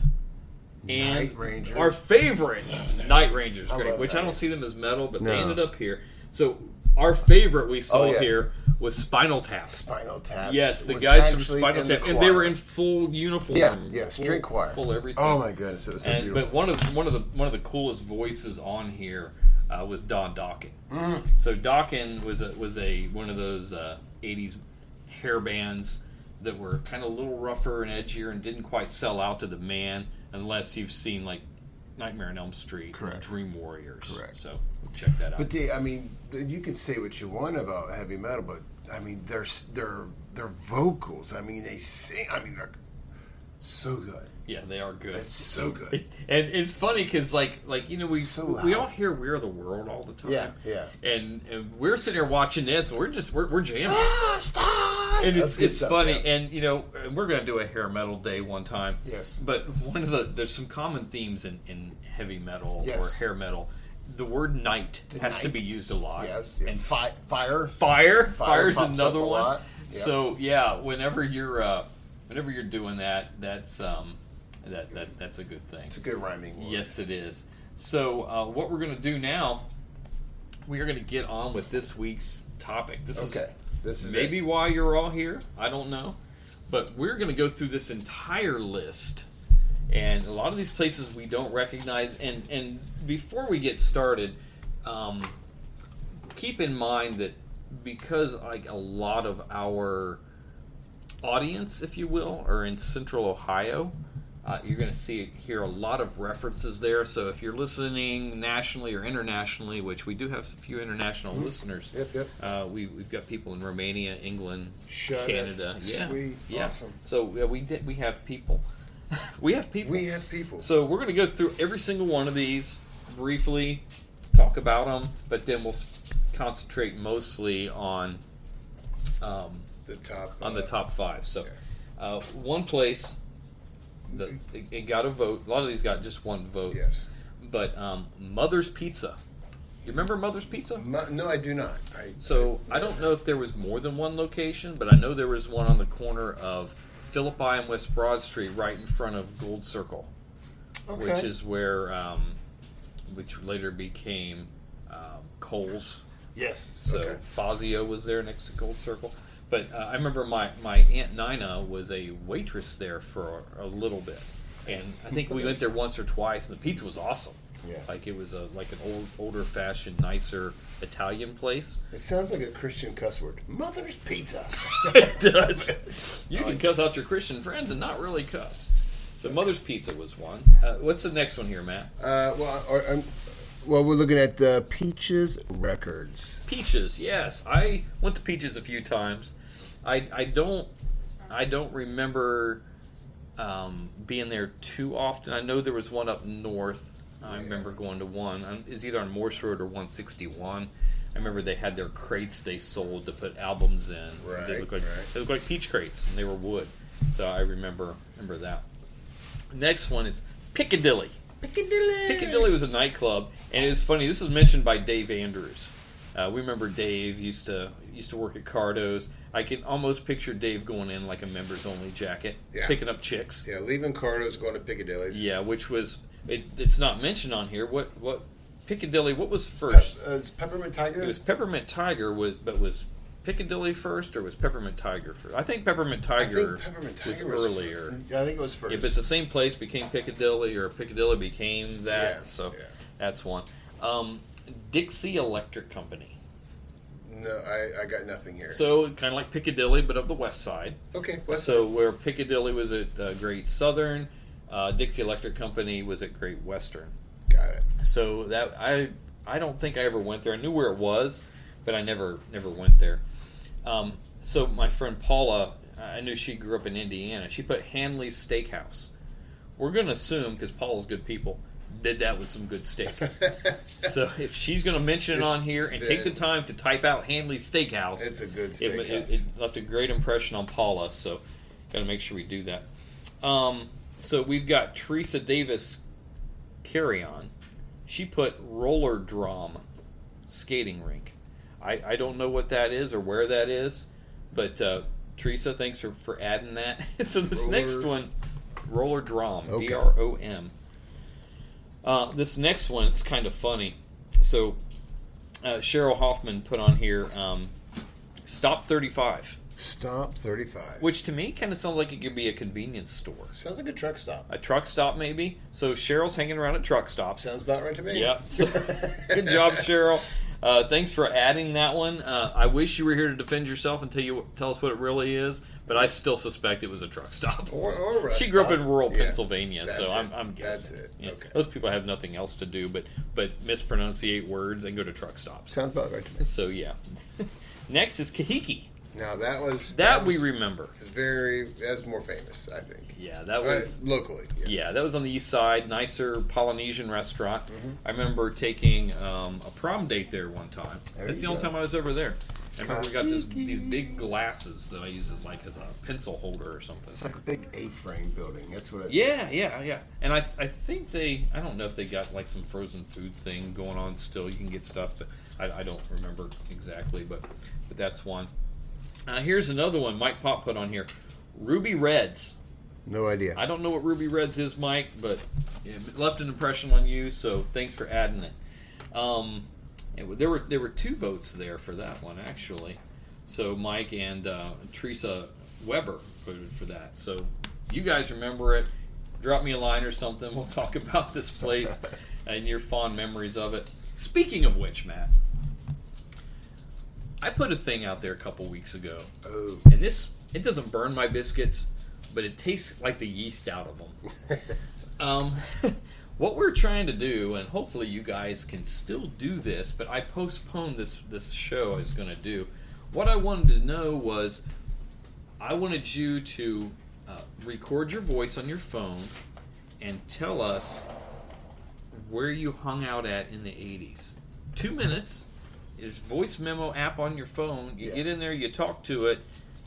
S7: and
S8: Night Ranger. Oh,
S7: our favorite Night Rangers,
S8: I
S7: great,
S8: love
S7: which I
S8: Night
S7: don't see them as metal, but they
S8: No.
S7: ended up here. So our favorite we saw
S8: Oh, yeah.
S7: here was Spinal Tap.
S8: Spinal Tap.
S7: Yes, the
S8: was
S7: guys from
S8: actually
S7: Spinal
S8: in the
S7: Tap, and they were
S8: choir.
S7: in full uniform.
S8: Yeah, yeah,
S7: full,
S8: string choir.
S7: full everything.
S8: Oh my goodness, it was so
S7: and
S8: beautiful.
S7: but one of one of the one of the coolest voices on here uh, was Don Dokken.
S8: Mm.
S7: So Dokken was a, was a one of those uh, '80s hair bands that were kind of a little rougher and edgier and didn't quite sell out to the man unless you've seen like Nightmare on Elm Street,
S8: Correct.
S7: Dream Warriors.
S8: Correct.
S7: So check that out.
S8: But the, I mean, you can say what you want about heavy metal, but I mean, their their their vocals. I mean, they sing. I mean, they're so good.
S7: yeah, they are good.
S8: It's so good.
S7: and it's funny because like like you know we
S8: So
S7: we
S8: loud.
S7: all hear "We're the World" all the time.
S8: Yeah, yeah.
S7: And, and we're sitting here watching this, and we're just we're, we're jamming. and
S8: That's
S7: it's,
S8: good
S7: it's
S8: stuff,
S7: funny
S8: yeah.
S7: and you know and we're gonna do a hair metal day one time
S8: Yes.
S7: but one of the there's some common themes in, in heavy metal
S8: Yes.
S7: or hair metal the word night
S8: The
S7: has to
S8: night.
S7: be used a lot
S8: Yes, yeah.
S7: and
S8: Fi-
S7: fire
S8: fire. Fire
S7: fire's
S8: pops up
S7: another
S8: a
S7: one
S8: lot. Yep.
S7: so yeah whenever you're uh whenever you're doing that that's um that, that that's a good thing
S8: It's a good rhyming. Word.
S7: Yes, it is. So, uh, what we're going to do now, we are going to get on with this week's topic. This is
S8: Okay. This is
S7: maybe
S8: it.
S7: why you're all here. I don't know, but we're going to go through this entire list, and a lot of these places we don't recognize. And and before we get started, um, keep in mind that because like a lot of our audience, if you will, are in Central Ohio. Uh, you're going to see hear a lot of references there. So if you're listening nationally or internationally, which we do have a few international
S8: Mm-hmm.
S7: listeners,
S8: Yep, yep.
S7: Uh, we, we've got people in Romania, England,
S8: Shut it.
S7: Canada, yeah,
S8: Sweet.
S7: yeah.
S8: Awesome.
S7: So yeah, we did, we have people. we have people.
S8: We have people.
S7: So we're going to go through every single one of these briefly, talk about them, but then we'll s- concentrate mostly on um,
S8: the top
S7: on the
S8: uh,
S7: top five. So, uh, one place that it, it got a vote. A lot of these got just one vote.
S8: Yes.
S7: But um, Mother's Pizza. You remember Mother's Pizza?
S8: Mu- no, I do not. I,
S7: So I don't know if there was more than one location, but I know there was one on the corner of Philippi and West Broad Street, right in front of Gold Circle,
S8: Okay.
S7: which is where, um, which later became um, Coles.
S8: yes.
S7: So
S8: okay.
S7: Fazio was there next to Gold Circle. But uh, I remember my, my Aunt Nina was a waitress there for a, little bit. and I think we went there once or twice, and the pizza was awesome.
S8: Yeah.
S7: like it was a like an old, older fashioned, nicer Italian place.
S8: It sounds like a Christian cuss word. Mother's pizza.
S7: it does. You can cuss out your Christian friends and not really cuss. So Mother's Pizza was one. Uh, what's the next one here, Matt?
S8: Uh, well, or, um, well, we're looking at uh, Peaches Records.
S7: Peaches, yes. I went to Peaches a few times. I, I don't I don't remember um, being there too often. I know there was one up north. I remember going to one. Um, It's either on Morse Road or 161. I remember they had their crates they sold to put albums in. They
S8: Right,
S7: looked like
S8: right.
S7: they looked like peach crates and they were wood. So I remember remember that. Next one is Piccadilly.
S8: Piccadilly.
S7: Piccadilly was a nightclub, and it was funny. This was mentioned by Dave Andrews. Uh, we remember Dave used to used to work at Cardo's. I can almost picture Dave going in like a members only jacket,
S8: Yeah.
S7: picking up chicks.
S8: Yeah, leaving Cardo's, going to Piccadilly's.
S7: Yeah, which was it, it's not mentioned on here. What what Piccadilly? What was first?
S8: Uh, is Peppermint Tiger?
S7: It was Peppermint Tiger, with but was Piccadilly first or was Peppermint Tiger first? I think Peppermint
S8: I
S7: Tiger,
S8: think Peppermint Tiger
S7: was,
S8: was,
S7: earlier.
S8: first. Yeah, I think it was first.
S7: If it's the same place became Piccadilly or Piccadilly became that,
S8: Yeah,
S7: so
S8: yeah.
S7: that's one. Um, Dixie Electric Company.
S8: no, I, I got nothing here.
S7: So kind of like Piccadilly, but of the West Side.
S8: okay, what's
S7: so where Piccadilly was at uh, Great Southern, uh, Dixie Electric Company was at Great Western.
S8: got it?
S7: So that I I don't think I ever went there. I knew where it was, but I never never went there. Um, so my friend Paula, I knew she grew up in Indiana. She put Hanley's Steakhouse. We're gonna assume because Paula's good people did that with some good steak. so if she's gonna mention it
S8: It's-
S7: on here and take the
S8: then-
S7: time to type out Hanley's Steakhouse,
S8: It's a good
S7: it- It,
S8: steakhouse.
S7: it left a great impression on Paula. So got to make sure we do that. Um, so we've got Teresa Davis carry on. She put roller drum skating rink. I, I don't know what that is or where that is, but uh, Teresa, thanks for, for adding that. so this
S8: Roller-
S7: next one, roller drum,
S8: Okay.
S7: D R O M. Uh, this next one, it's kind of funny. So uh, Cheryl Hoffman put on here, um, stop thirty five,
S8: Stop 35.
S7: which to me kind of sounds like it could be a convenience store.
S8: Sounds like a truck stop.
S7: A truck stop, maybe. So Cheryl's hanging around at truck stops.
S8: Sounds about right to me.
S7: Yep. So, good job, Cheryl. Uh, thanks for adding that one. Uh, I wish you were here to defend yourself and tell you tell us what it really is, but I still suspect it was a truck stop.
S8: Or, or a rest
S7: she grew up
S8: stop.
S7: in rural
S8: Yeah,
S7: Pennsylvania, so
S8: that's
S7: I'm,
S8: it.
S7: I'm guessing.
S8: That's it.
S7: Yeah.
S8: Okay.
S7: Those people have nothing else to do but but mispronunciate words and go to truck stops.
S8: Sounds about right to me.
S7: So yeah. Next is Kahiki.
S8: Now, that was.
S7: That we
S8: was
S7: remember.
S8: Very. That's more famous, I think.
S7: Yeah, that
S8: Uh,
S7: was
S8: locally. yes.
S7: Yeah, that was on the east side, nicer Polynesian restaurant.
S8: Mm-hmm.
S7: I remember taking um, a prom date there one time.
S8: There
S7: That's the
S8: you
S7: only
S8: go.
S7: time I was ever there. I remember we got this, these big glasses that I use as like as a pencil holder or something.
S8: It's like a big A-frame building. That's what. I
S7: Yeah, yeah, yeah. And I, I think they, I don't know if they got like some frozen food thing going on still. You can get stuff, but I, I don't remember exactly. But, but that's one. Uh, here's another one Mike Pop put on here Ruby Reds.
S8: No idea.
S7: I don't know what Ruby Reds is, Mike, but it left an impression on you, so thanks for adding it. Um, it- there were there were two votes there for that one actually, so Mike and uh, Teresa Weber voted for that. So you guys remember it? Drop me a line or something. We'll talk about this place and your fond memories of it. Speaking of which, Matt, I put a thing out there a couple weeks ago
S8: Oh.
S7: and this it doesn't burn my biscuits, but it tastes like the yeast out of them. um, what we're trying to do, and hopefully you guys can still do this, but I postponed this this show I was going to do. What I wanted to know was, I wanted you to uh, record your voice on your phone and tell us where you hung out at in the 80s. Two minutes. There's voice memo app on your phone. You
S8: Yeah.
S7: get in there, you talk to it,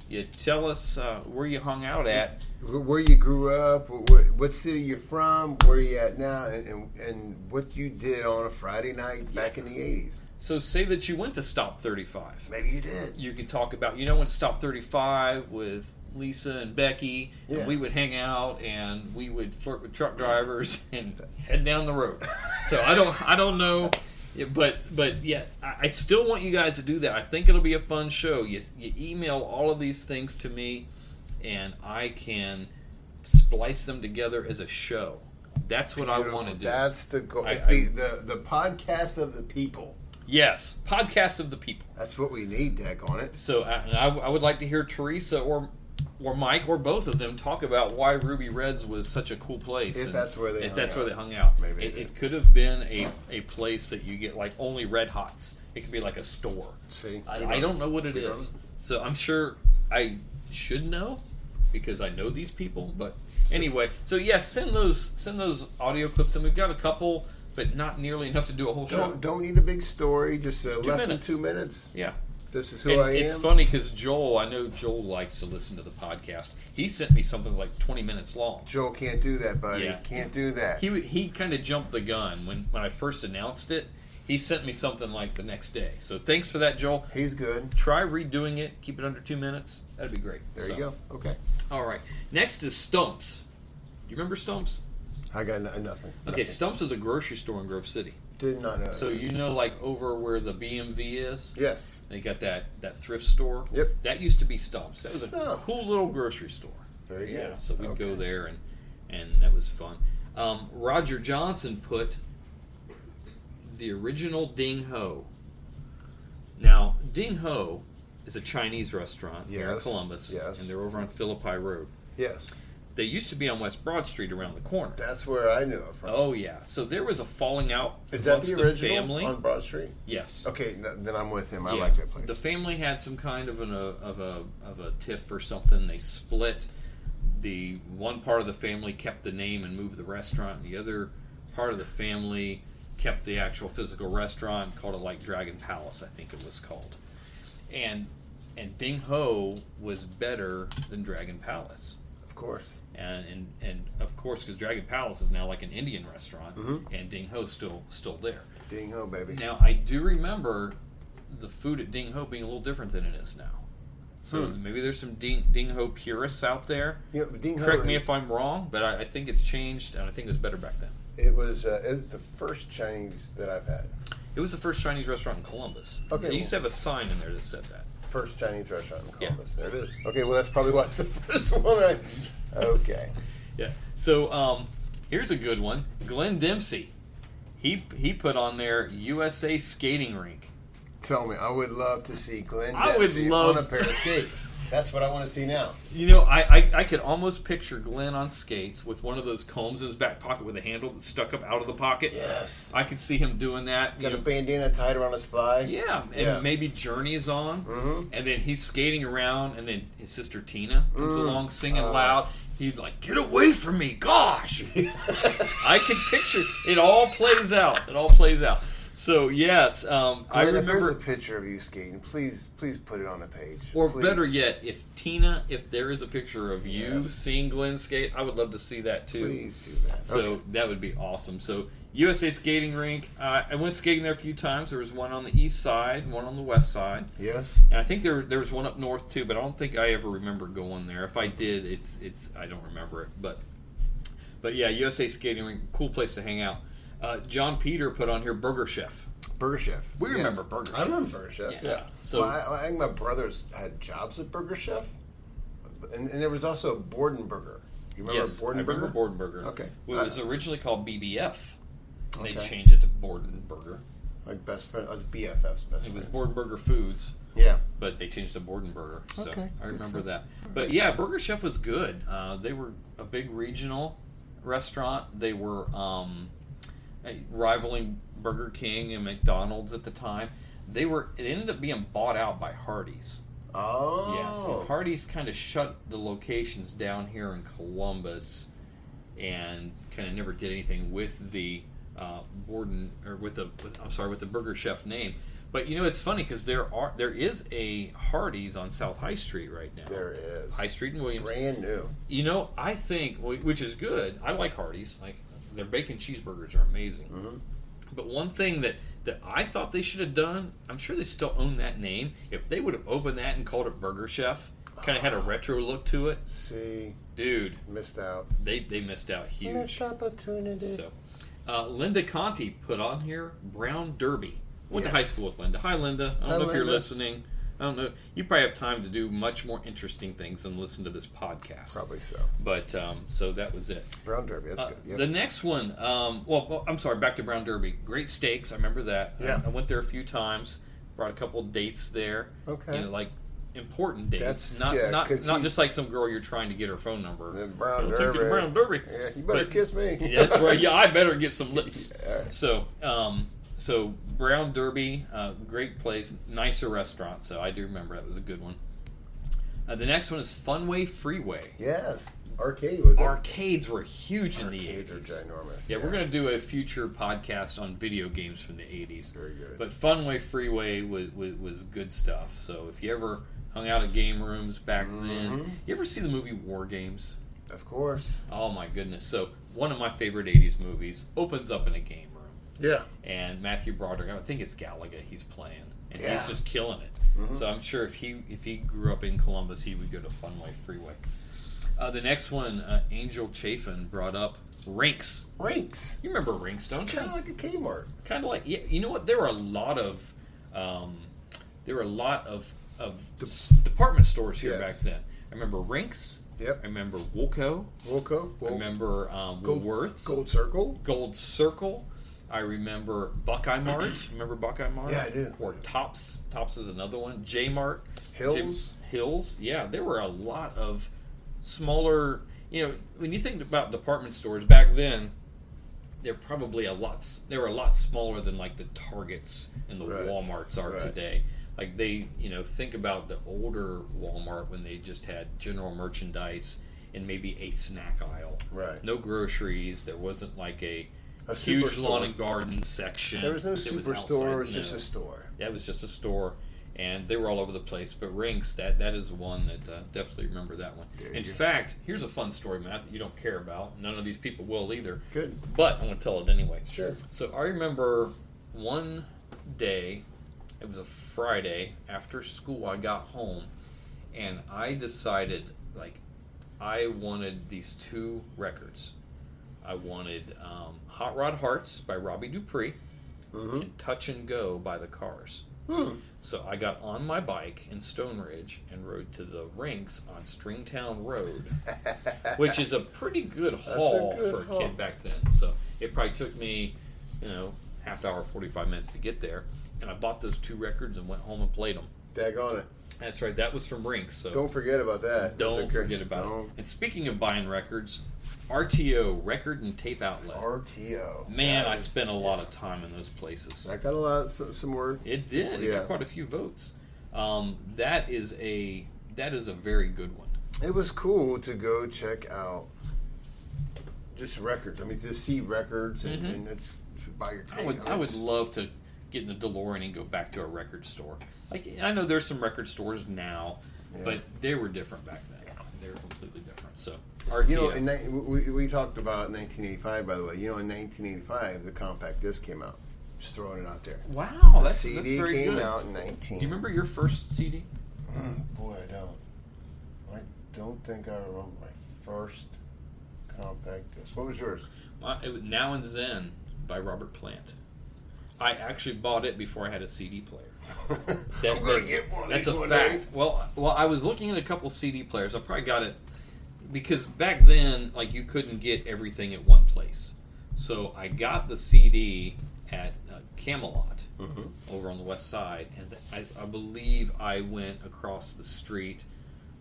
S7: you tell us uh, where you hung out at.
S8: Where- Where you grew up, wh- wh- what city you're from, where you at now, and, and, and what you did on a Friday night back in the 80s.
S7: So say that you went to Stop 35.
S8: Maybe you did.
S7: You could talk about, you know, when Stop 35 with Lisa and Becky,
S8: Yeah.
S7: and we would hang out and we would flirt with truck drivers and head down the road. so I don't, I don't know, yeah, but but yeah, I, I still want you guys to do that. I think it'll be a fun show. You, you email all of these things to me, and I can splice them together as a show. That's what I want to do.
S8: That's the goal.
S7: I-
S8: It'd
S7: I-
S8: be the the podcast of the people.
S7: yes, podcast of the people.
S8: That's what we need. Deck on it.
S7: So I, and I, I would like to hear Teresa or or Mike or both of them talk about why Ruby Reds was such a cool place.
S8: If
S7: and
S8: that's where they
S7: if
S8: hung
S7: that's
S8: out.
S7: where they hung out.
S8: Maybe.
S7: it, it could have been a, a place that you get like only Red Hots. It could be like a store.
S8: See,
S7: I,
S8: you
S7: I
S8: know.
S7: don't know what it
S8: You know.
S7: is. So I'm sure I should know because I know these people. But anyway, so yes, send those send those audio clips, and we've got a couple, but not nearly enough to do a whole show.
S8: Don't, don't need a big story. Just uh,
S7: two
S8: less
S7: minutes.
S8: than two minutes.
S7: Yeah.
S8: This is who
S7: And
S8: I am.
S7: It's funny because Joel, I know Joel likes to listen to the podcast. He sent me something that's like 20 minutes long.
S8: Joel can't do that, buddy.
S7: Yeah.
S8: Can't do that.
S7: He he kind of jumped the gun when when I first announced it. He sent me something like the next day. So thanks for that, Joel.
S8: He's good.
S7: Try redoing it. Keep it under two minutes. That'd be great.
S8: There
S7: So,
S8: you go. Okay.
S7: All right. Next is Stumps. You remember Stumps?
S8: I got no, nothing.
S7: Okay, Stumps is a grocery store in Grove City.
S8: Did not know.
S7: So you know, like over where the BMV is.
S8: yes.
S7: They got that that thrift store.
S8: Yep.
S7: That used to be Stumps. That was a
S8: Stump's.
S7: cool little grocery store.
S8: Very
S7: yeah.
S8: good.
S7: So we'd go
S8: Okay.
S7: there and and that was fun. Um, Roger Johnson put the original Ding Ho. Now Ding Ho is a Chinese restaurant here in
S8: Yes,
S7: Columbus,
S8: yes.
S7: and they're over on Philippi Road.
S8: Yes.
S7: They used to be on West Broad Street around the corner.
S8: That's where I knew it from.
S7: Oh yeah. So there was a falling out
S8: is that
S7: amongst
S8: the original
S7: family.
S8: on Broad Street?
S7: yes.
S8: Okay, no, then I'm with him. I
S7: Yeah.
S8: like that place.
S7: The family had some kind of an uh, of a of a tiff or something. They split. The one part of the family kept the name and moved the restaurant. The other part of the family kept the actual physical restaurant, called it like Dragon Palace, I think it was called. And and Ding Ho was better than Dragon Palace
S8: of course.
S7: and and, and of course because Dragon Palace is now like an Indian restaurant, and Ding Ho's still still there.
S8: Ding ho, baby.
S7: Now I do remember the food at Ding Ho being a little different than it is now. So
S8: Hmm.
S7: maybe there's some Ding, Ding Ho purists out there.
S8: You know, Ding Ho
S7: Correct me
S8: is-
S7: if I'm wrong, but I, I think it's changed, and I think it was better back then.
S8: It was uh, it was the first Chinese that I've had.
S7: It was the first Chinese restaurant in Columbus.
S8: Okay,
S7: they used to
S8: well-
S7: have a sign in there that said that.
S8: First Chinese restaurant in
S7: Yeah.
S8: Columbus. There it is. Okay, well that's probably why it's the first one. I, okay.
S7: Yeah. So um, here's a good one. Glenn Dempsey, he he put on there USA skating rink.
S8: Tell me, I would love to see Glenn
S7: I would
S8: Dempsey
S7: love-
S8: on a pair of skates. That's what I want to see now.
S7: You know, I, I, I could almost picture Glenn on skates with one of those combs in his back pocket with a handle that stuck up out of the pocket.
S8: Yes.
S7: I could see him doing that. you
S8: Got a
S7: know.
S8: bandana tied around his thigh.
S7: yeah, and
S8: Yeah. Mm-hmm.
S7: maybe Journey is on, and then he's skating around, and then his sister Tina
S8: Mm.
S7: comes along singing
S8: Uh.
S7: loud. He's like, "Get away from me, gosh!" I can picture it all plays out. It all plays out. So yes, um, I
S8: Glenn, if
S7: remember.
S8: there's a picture of you skating. Please, please put it on a page.
S7: Or
S8: Please.
S7: better yet, if Tina, if there is a picture of you
S8: Yes.
S7: seeing Glenn skate, I would love to see that too.
S8: please do that.
S7: So
S8: Okay.
S7: that would be awesome. So USA Skating Rink. Uh, I went skating there a few times. There was one on the east side, one on the west side,
S8: yes,
S7: and I think there there was one up north too. But I don't think I ever remember going there. If I did, it's it's I don't remember it. But but yeah, USA Skating Rink, cool place to hang out. Uh, John Peter put on here Burger Chef.
S8: Burger Chef.
S7: We
S8: Yes.
S7: remember Burger
S8: I
S7: Chef.
S8: remember Burger Chef.
S7: Yeah.
S8: Yeah.
S7: So-
S8: So I, I think my brothers had jobs at Burger Chef, and, and there was also Borden Burger. You remember
S7: yes,
S8: Borden
S7: I
S8: Burger?
S7: remember Bordenburger.
S8: Okay.
S7: well, it was
S8: Uh,
S7: originally called BBF. and They
S8: Okay.
S7: changed it to Bordenburger.
S8: like best friend. I was BFF's best
S7: It was
S8: friends.
S7: Bordenburger Foods.
S8: Yeah.
S7: but they changed to Bordenburger. So
S8: Okay,
S7: I
S8: good
S7: remember
S8: stuff.
S7: that. But yeah, Burger Chef was good. Uh, they were a big regional restaurant. They were um, eh, rivaling Burger King and McDonald's at the time. They were. It ended up being bought out by Hardee's.
S8: Oh.
S7: Yeah, so Hardee's kind of shut the locations down here in Columbus, and kind of never did anything with the uh, Borden or with the with, I'm sorry with the Burger Chef name. But you know it's funny because there are there is a Hardee's on South High Street right now.
S8: There is.
S7: High Street and Williams.
S8: Brand new.
S7: You know I think wh- which is good. I like Hardee's. Like their bacon cheeseburgers are amazing.
S8: Mm-hmm.
S7: But one thing that that I thought they should have done, I'm sure they still own that name. If they would have opened that and called it Burger Chef, kind of had a
S8: Ah.
S7: retro look to it,
S8: See,
S7: dude,
S8: missed out.
S7: they they missed out huge.
S8: Missed opportunity.
S7: So, uh, Linda Conti put on here Brown Derby. Went to high
S8: Yes.
S7: school with Linda. Hi, Linda. I don't
S8: Hi,
S7: know if you're
S8: Linda.
S7: listening. I don't know. You probably have time to do much more interesting things than listen to this podcast.
S8: Probably so.
S7: But um, so that was it.
S8: Brown Derby. That's
S7: Uh,
S8: good. Yep.
S7: The next one, um, well, well, I'm sorry, back to Brown Derby. Great steaks, I remember that. I-
S8: Yeah.
S7: I, went there a few times. Brought a couple dates there.
S8: Okay.
S7: you know, like important dates,
S8: That's-
S7: not
S8: yeah,
S7: not
S8: 'cause
S7: not
S8: you-
S7: just like some girl you're trying to get her phone number.
S8: The Brown
S7: I'll Take you to
S8: Derby.
S7: Brown Derby.
S8: Yeah, you better
S7: But-
S8: kiss me.
S7: Yeah, that's right. Yeah, I better get some lips.
S8: Yeah.
S7: So, um, so Brown Derby, uh, great place, nicer restaurant. So I do remember that was a good one. Uh, the next one is Funway Freeway.
S8: Yes. Arcade was it?
S7: Arcades were huge in the
S8: Arcades are
S7: 80s.
S8: ginormous.
S7: Yeah, we're going to do a future podcast on video games from the 80s.
S8: Very good.
S7: But Funway Freeway was, was, was good stuff. So if you ever hung out at game rooms back
S8: Mm-hmm.
S7: then, you ever see the movie War Games?
S8: Of course.
S7: Oh my goodness. So one of my favorite 80s movies opens up in a game room.
S8: Yeah.
S7: And Matthew Broderick, I think it's Galaga he's playing. And
S8: Yeah. Mm-hmm.
S7: he's just killing it. So I'm sure if he if he grew up in Columbus, he would go to Funway Freeway. Uh, the next one, uh, Angel Chafin brought up Rinks.
S8: Rinks.
S7: You remember Rinks, don't you?
S8: Kind of like a Kmart.
S7: kind of like yeah, you know what there were a lot of um, there were a lot of of s- department stores here
S8: Yes.
S7: back then i remember rinks
S8: Yep.
S7: i remember woolco
S8: Wilco.
S7: i
S8: Wol-
S7: remember um,
S8: Gold,
S7: woolworths
S8: Gold Circle.
S7: Gold circle i remember buckeye mart remember buckeye mart
S8: Yeah, I do.
S7: or tops tops is another one j mart
S8: Hills.
S7: hills yeah there were a lot of smaller you know when you think about department stores back then they're probably a lot s- they were a lot smaller than like the targets and the
S8: Right.
S7: walmarts are
S8: Right.
S7: today like they you know think about the older walmart when they just had general merchandise and maybe a snack aisle
S8: Right.
S7: no groceries there wasn't like a,
S8: A
S7: huge
S8: superstore.
S7: lawn and garden section
S8: There was no
S7: It was
S8: superstore. It was
S7: outside,
S8: just
S7: no.
S8: a store.
S7: that was just a store and they were all over the place but rinks that that is one that uh, definitely remember that one in fact here's a fun story matt that you don't care about none of these people will either
S8: Good.
S7: but i'm going to tell it anyway
S8: Sure.
S7: so i remember one day it was a friday after school i got home and i decided like i wanted these two records i wanted um, hot rod hearts by robbie dupree
S8: Mm-hmm.
S7: and touch and go by the cars
S8: Hmm.
S7: so I got on my bike in Stone Ridge and rode to the rinks on Stringtown Road, which is a pretty good haul
S8: good
S7: for a
S8: haul.
S7: kid back then. So it probably took me, you know, half hour, 45 minutes to get there. And I bought those two records and went home and played them.
S8: Dag on it.
S7: That's right, that was from Rinks. So
S8: Don't forget about that.
S7: don't
S8: It's a good-
S7: forget about it.
S8: don't.
S7: And speaking of buying records, RTO, Record and Tape Outlet.
S8: RTO.
S7: Man,
S8: That
S7: I
S8: was-
S7: spent a lot of time in those places.
S8: I got a lot. Some, some work.
S7: It did. It
S8: Yeah.
S7: got quite a few votes. Um, that is a that is a very good one.
S8: It was cool to go check out just records. I mean, to see records and, and it's to buy your
S7: Mm-hmm.
S8: tape.
S7: I would
S8: mean,
S7: I would love to get in the DeLorean and go back to a record store. Like I know there's some record stores now, but they were different back then. They were completely different. So RTO.
S8: You know, in, ni- we, we talked about 1985, by the way. You know, in 1985, the compact disc came out. Just throwing it out there.
S7: wow,
S8: the
S7: that's,
S8: CD
S7: that's very
S8: came
S7: good.
S8: out in 19.
S7: Do you remember your first CD?
S8: Boy, I don't. I don't think I remember my first compact disc. What was yours?
S7: My, Uh, it was Now and Zen by Robert Plant. I actually bought it before I had a CD player. That-
S8: I'm gonna
S7: that-
S8: get one. of
S7: That's
S8: these
S7: a
S8: one
S7: fact.
S8: day.
S7: Well, well, I was looking at a couple CD players. I probably got it because back then, like you couldn't get everything at one place. So I got the CD at uh, Camelot
S8: Mm-hmm.
S7: over on the west side, and th- I, I believe I went across the street.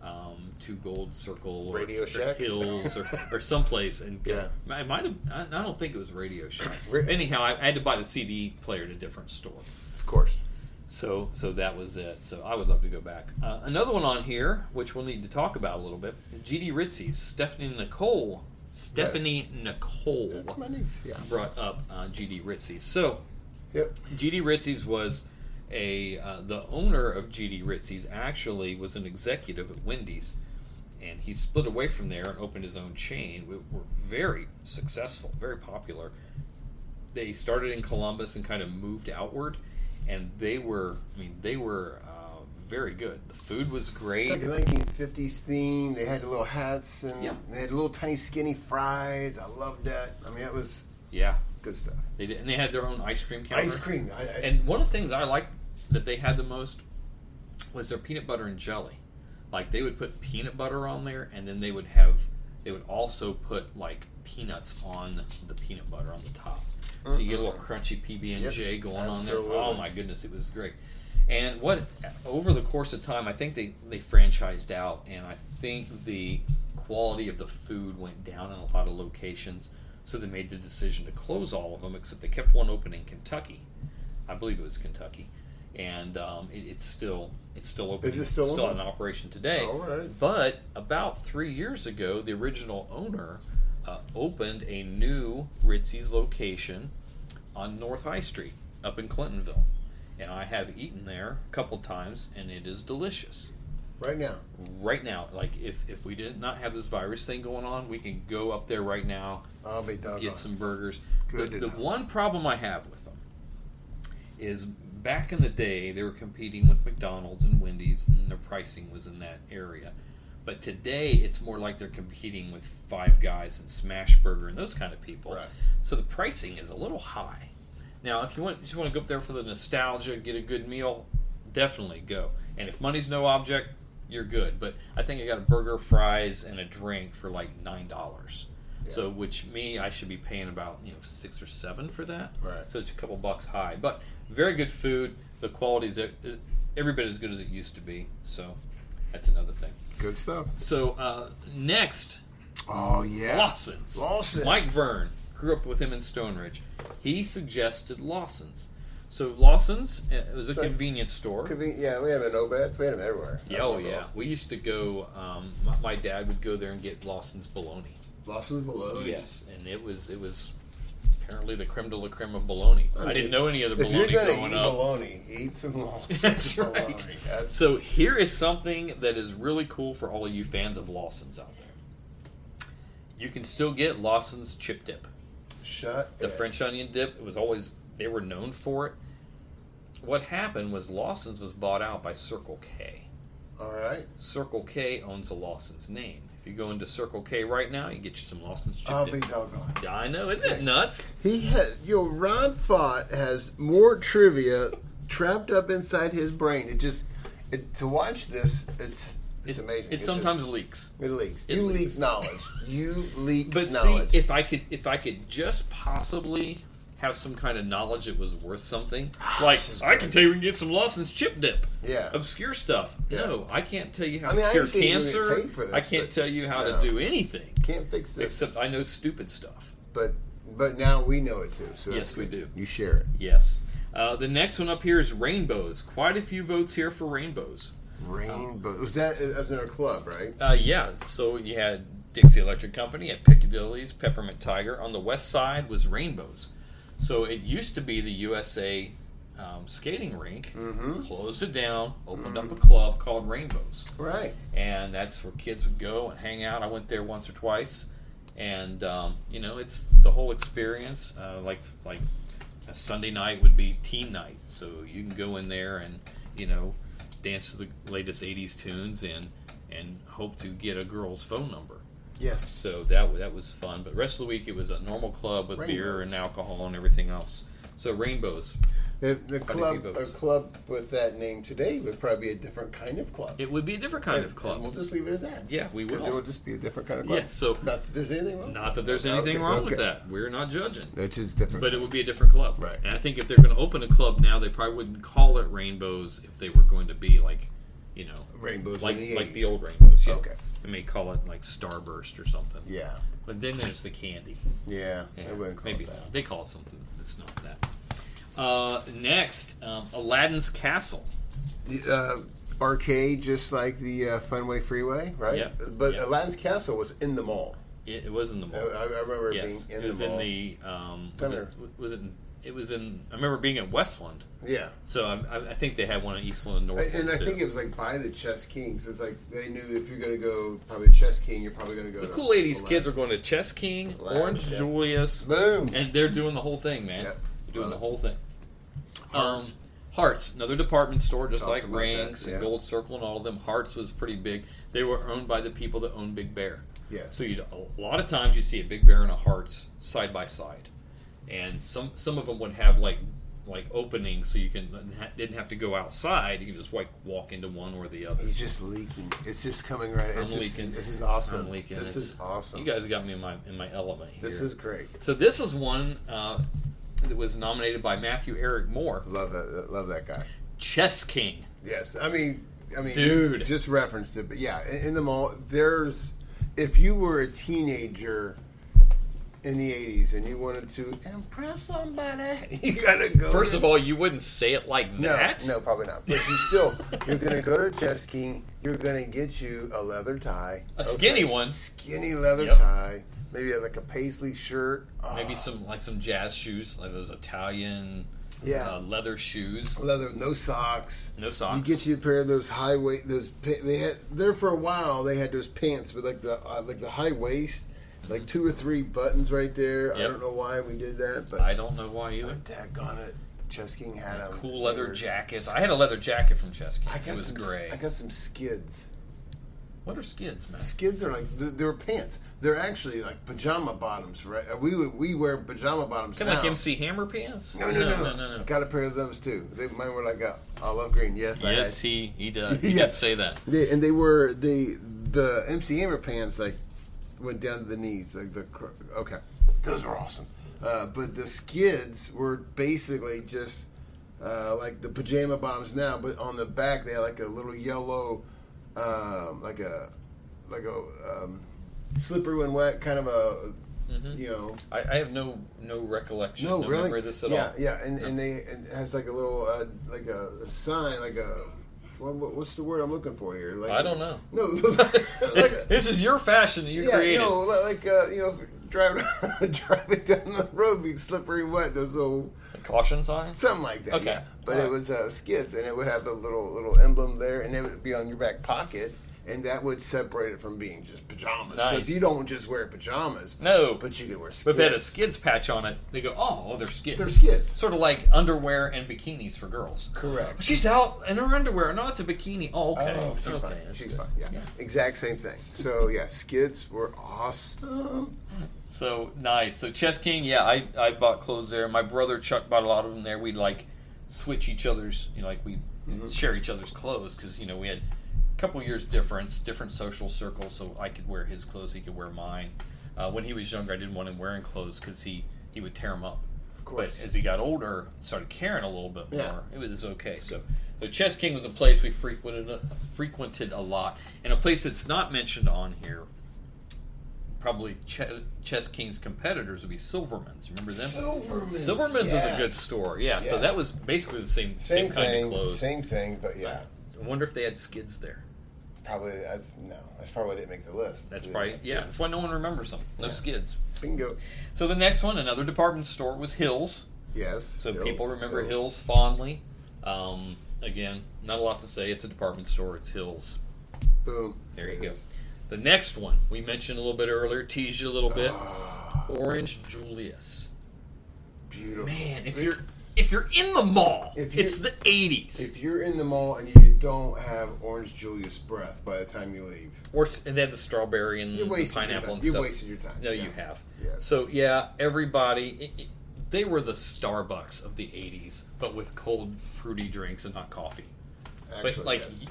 S7: Um, to Gold Circle or,
S8: Radio
S7: or
S8: Shack?
S7: Hills or, or someplace, and
S8: Yeah.
S7: I might have. I, I don't think it was Radio Shack.
S8: Re-
S7: Anyhow, I, I had to buy the CD player at a different store.
S8: Of course.
S7: So, so that was it. So, I would love to go back. Uh, another one on here, which we'll need to talk about a little bit. GD Ritzy's Stephanie Nicole. Stephanie Nicole
S8: That's my niece. Yeah.
S7: brought up uh, GD Ritzy's. So,
S8: Yep.
S7: GD Ritzy's was a uh, the owner of GD Ritzy's actually was an executive at Wendy's, and he split away from there and opened his own chain. We were very successful, very popular. They started in Columbus and kind of moved outward, and they were I mean they were uh, very good. The food was great.
S8: It's like a 1950s theme. They had the little hats and
S7: Yeah.
S8: they had little tiny skinny fries. I loved that. I mean, it was
S7: Yeah,
S8: good stuff.
S7: they did, and they had their own ice cream counter.
S8: Ice cream. I, I,
S7: And one of the things I liked that they had the most was their peanut butter and jelly. Like they would put peanut butter on there, and then they would have they would also put like peanuts on the peanut butter on the top. So you get a little crunchy PB and J
S8: Yep,
S7: going on
S8: absolutely.
S7: there. Oh my goodness, it was great. And what over the course of time, I think they they franchised out, and I think the quality of the food went down in a lot of locations. So they made the decision to close all of them, except they kept one open in Kentucky. I believe it was Kentucky, and um, it, it's still it's still open.
S8: Is it still
S7: still in
S8: open?
S7: operation today?
S8: All right.
S7: But about three years ago, the original owner uh, opened a new Ritzy's location on North High Street up in Clintonville, and I have eaten there a couple times, and it is delicious
S8: Right now.
S7: right now. Like if if we did not have this virus thing going on, we can go up there right now
S8: I'll be doggone.
S7: get some burgers.
S8: Good
S7: the
S8: to
S7: the
S8: know.
S7: one problem I have with them is back in the day they were competing with McDonald's and Wendy's, and their pricing was in that area. But today it's more like they're competing with Five Guys and Smashburger and those kind of people.
S8: Right.
S7: So the pricing is a little high. Now, if you want, just want to go up there for the nostalgia, get a good meal, definitely go. And if money's no object, you're good. But I think I got a burger, fries, and a drink for like nine dollars. So, which me, I should be paying about you know six or seven for that.
S8: Right.
S7: So it's a couple bucks high, but very good food. The quality's e- every bit as good as it used to be. So that's another thing.
S8: Good stuff.
S7: So uh, next,
S8: Oh yeah.
S7: Lawson's.
S8: Lawson's.
S7: Mike Vern grew up with him in Stone Ridge. He suggested Lawson's. So Lawson's uh, it was a
S8: So-
S7: convenience store.
S8: Could be, yeah, we have an Obeds. We had them everywhere.
S7: Yeah, oh yeah, we used to go. Um, my, my dad would go there and get Lawson's bologna.
S8: Lawson's below.
S7: and it was it was apparently the creme de la creme of bologna. I, didn't know any of the
S8: If you're
S7: bologna
S8: gonna
S7: growing
S8: eat
S7: up.
S8: bologna, eat some Lawson's
S7: That's
S8: bologna.
S7: right.
S8: That's-
S7: So here is something that is really cool for all of you fans of Lawson's out there. You can still get Lawson's chip dip.
S8: shut
S7: The
S8: it.
S7: French onion dip was always they were known for it. What happened was Lawson's was bought out by Circle K.
S8: All right.
S7: Circle K owns a Lawson's name. If you go into Circle K right now, you get you some Lawson's chip
S8: I'll be
S7: dip.
S8: doggone.
S7: Yeah, I know, isn't it nuts?
S8: He has yo. Ron Fott has more trivia trapped up inside his brain. It just it, to watch this, it's it's
S7: It-
S8: amazing.
S7: It
S8: It's
S7: sometimes
S8: just-
S7: leaks.
S8: it leaks.
S7: it
S8: you leak
S7: leaks.
S8: knowledge. You leak
S7: But
S8: knowledge.
S7: see, if I could, if I could just possibly have some kind of knowledge that was worth something, like
S8: Ah, this is
S7: I
S8: good.
S7: can tell you we can get some Lawson's chip dip.
S8: Yeah.
S7: obscure stuff.
S8: Yeah.
S7: No, I can't tell you how
S8: I mean, I
S7: to cure
S8: see you get
S7: cancer.
S8: paid for this,
S7: I can't
S8: but-
S7: tell you how
S8: No.
S7: to do anything
S8: can't fix this,
S7: except I know stupid stuff.
S8: but but now we know it too. So
S7: Yes,
S8: that's
S7: we
S8: good.
S7: do.
S8: You share it.
S7: Yes. Uh, the next one up here is rainbows. Quite a few votes here for rainbows.
S8: Rainbow was that? That was another club, right?
S7: Uh, yeah, so you had Dixie Electric Company at Piccadilly's, Peppermint Tiger. On the west side was Rainbows. So it used to be the USA um, skating rink. Closed it down, opened up a club called Rainbows.
S8: Right.
S7: And that's where kids would go and hang out. I went there once or twice. And, um, you know, it's the whole experience. Uh, like, like a Sunday night would be teen night. So you can go in there and, you know, dance to the latest 80s tunes and, and hope to get a girl's phone number.
S8: Yes.
S7: So that wa- that was fun. But rest of the week, it was a normal club with beer
S8: Rainbows.
S7: and alcohol and everything else. So rainbows,
S8: The,
S7: few
S8: the club, a
S7: votes.
S8: club with that name today would probably be a different kind of club.
S7: it would be a different kind
S8: And-
S7: of
S8: and
S7: club.
S8: we'll just leave it at that.
S7: Yeah, we
S8: 'Cause
S7: will.
S8: It will just be a different kind of club.
S7: Yeah, so-
S8: not that there's anything wrong.
S7: Not that there's
S8: Okay,
S7: anything wrong with
S8: okay.
S7: that. We're not judging.
S8: It's just different.
S7: But it would be a different club.
S8: Right.
S7: And I think if they're going to open a club now, they probably wouldn't call it Rainbows if they were going to be like, you know,
S8: Rainbows in
S7: like
S8: the
S7: like the
S8: 80s.
S7: old Rainbows. Yeah.
S8: Okay.
S7: They may call it like Starburst or something.
S8: yeah,
S7: But then there's the candy.
S8: yeah,
S7: Yeah,
S8: I wouldn't call
S7: maybe
S8: it that.
S7: they call it something that's not that. Uh, next, um, Aladdin's Castle.
S8: The, uh, arcade, just like the uh, Funway Freeway, right?
S7: Yeah,
S8: But
S7: yeah.
S8: Aladdin's Castle was in the mall.
S7: It, it was in the
S8: I,
S7: mall.
S8: I remember it
S7: yes,
S8: being in
S7: it was
S8: the mall.
S7: in the. Um, was,
S8: Thunder.
S7: it, was it? in- It was in. I remember being at Westland.
S8: yeah.
S7: So I, I- I think they had one in Eastland and Northland
S8: And I
S7: too.
S8: think it was like by the Chess Kings. It's like they knew if you're gonna go probably Chess King, you're probably gonna go.
S7: the
S8: to
S7: cool '80s kids
S8: Aladdin's.
S7: are going to Chess King,
S8: Aladdin,
S7: Orange
S8: yeah.
S7: Julius,
S8: Boom.
S7: and they're doing the whole thing, man.
S8: Yep.
S7: They're doing
S8: Love
S7: the
S8: it.
S7: whole thing.
S8: Hearts.
S7: Um, Hearts, another department store, just
S8: Talked
S7: like
S8: about that,
S7: Ranks
S8: yeah.
S7: and Gold Circle and all of them. Hearts was pretty big. They were owned by the people that own Big Bear.
S8: Yes.
S7: So you a lot of times you see a Big Bear and a Hearts side by side, and some some of them would have like like openings, so you can didn't have to go outside. You can just like walk into one or the other.
S8: He's just leaking. It's just coming right.
S7: I'm
S8: It's just,
S7: leaking.
S8: This is awesome.
S7: I'm leaking.
S8: This
S7: It's-
S8: is awesome.
S7: You guys got me in my in my element. Here.
S8: This is great.
S7: so. This is one uh, that was nominated by Matthew Eric Moore,
S8: Love that. Love that guy.
S7: Chess King.
S8: Yes, I mean, I mean,
S7: Dude.
S8: just referenced it, but yeah, in, in the mall, there's if you were a teenager in the '80s and you wanted to impress somebody, you gotta go.
S7: First
S8: to-
S7: of all, you wouldn't say it like
S8: no,
S7: that.
S8: no, probably not. But you still, you're gonna go to Chess King. You're gonna get you a leather tie,
S7: a skinny
S8: okay?
S7: one.
S8: skinny leather
S7: Yep.
S8: tie, maybe like a paisley shirt. Oh,
S7: Maybe some like some jazz shoes, like those Italian
S8: Yeah.
S7: uh, leather shoes.
S8: leather, no socks.
S7: No socks.
S8: You get you a pair of those high waist. Those pa- they had there for a while. They had those pants, but like the uh, like the high waist, like two or three buttons right there. I
S7: Yep.
S8: don't know why we did that, but
S7: I don't know why either.
S8: But daggone it, Chess King had them.
S7: Cool leather jackets. I had a leather jacket from Chess King.
S8: I
S7: It
S8: got
S7: was
S8: some.
S7: gray.
S8: I got some skids.
S7: What are skids, man?
S8: Skids are like th- they're pants. They're actually like pajama bottoms, right? We would- we wear pajama bottoms
S7: Kind of like
S8: now.
S7: MC Hammer pants?
S8: No no no.
S7: no, no, no.
S8: Got a pair of those too. They, mine were like a olive green. Yes, I had
S7: Yes, he he does. He
S8: Yeah.
S7: did say that.
S8: They, and they were the the MC Hammer pants like went down to the knees. Like the cr- okay, those were awesome. Uh, but the skids were basically just uh, like the pajama bottoms now, but on the back they had like a little yellow, um, like a like a um, slippery when wet kind of a
S7: Mm-hmm.
S8: you know
S7: I, I have no no recollection.
S8: no,
S7: No,
S8: really?
S7: memory of this at
S8: yeah,
S7: all.
S8: Yeah, and, and they and it has like a little uh, like a, a sign, like a what, what- what's the word I'm looking for here? Like
S7: I don't know.
S8: No, like
S7: This,
S8: a,
S7: this is your fashion that you
S8: yeah,
S7: created.
S8: no, li- like uh, you know, if you're driving driving down the road, be slippery and wet. Those little
S7: A caution sign.
S8: something like that.
S7: Okay.
S8: Yeah. But
S7: All
S8: it
S7: right.
S8: was uh, skids, and it would have a little little emblem there, and it would be on your back pocket. And that would separate it from being just pajamas because
S7: Nice.
S8: you don't just wear pajamas.
S7: No.
S8: but you can wear skids.
S7: But if they had a skids patch on it, they go, oh, they're skids.
S8: They're skids.
S7: Sort of like underwear and bikinis for girls.
S8: Correct.
S7: She's out in her underwear. No, it's a bikini. Oh, okay.
S8: Oh, she's
S7: okay,
S8: fine.
S7: that's
S8: She's
S7: good.
S8: fine. Yeah. Exact same thing. So yeah, skids were awesome.
S7: So nice. So Chess King, yeah, I, I bought clothes there. My brother Chuck bought a lot of them there. We'd like switch each other's, you know, like we share each other's clothes because you know we had a couple years difference, different social circles. So I could wear his clothes, he could wear mine. Uh, when he was younger, I didn't want him wearing clothes because he he would tear them up. Of
S8: course.
S7: But as he got older, started caring a little bit
S8: Yeah.
S7: more. It was okay. So, so Chess King was a place we frequented frequented a lot, and a place that's not mentioned on here probably Ch- Chess King's competitors would be Silverman's. You remember them?
S8: Silverman's,
S7: Silverman's is a good
S8: yes.
S7: store. Yeah. So that
S8: Yes.
S7: was basically the same
S8: Same
S7: same, kind of
S8: thing.
S7: clothes.
S8: Same thing. But yeah,
S7: I wonder if they had skids there.
S8: probably that's no. That's probably why I didn't make the list.
S7: That's
S8: Yeah.
S7: probably yeah. That's why no one remembers them. No skids.
S8: Bingo.
S7: So the next one, another department store, was Hills.
S8: Yes.
S7: So
S8: Hills,
S7: people remember Hills, fondly. Um, again, not a lot to say. It's a department store. It's Hills.
S8: Boom.
S7: There you go. The next one we mentioned a little bit earlier, teased you a little bit.
S8: Ah.
S7: Orange Julius.
S8: Beautiful.
S7: Man, if you're if you're in the mall,
S8: If
S7: it's
S8: you're-
S7: the '80s,
S8: If you're in the mall and you don't have Orange Julius breath by the time you leave,
S7: or and they have the strawberry and
S8: You're
S7: the
S8: wasting your time.
S7: pineapple and
S8: You're
S7: stuff.
S8: wasting your time.
S7: No,
S8: Yeah.
S7: you have.
S8: Yeah.
S7: So yeah, everybody, it, it, they were the Starbucks of the '80s, but with cold fruity drinks and not coffee.
S8: actually,
S7: but like,
S8: yes.
S7: y-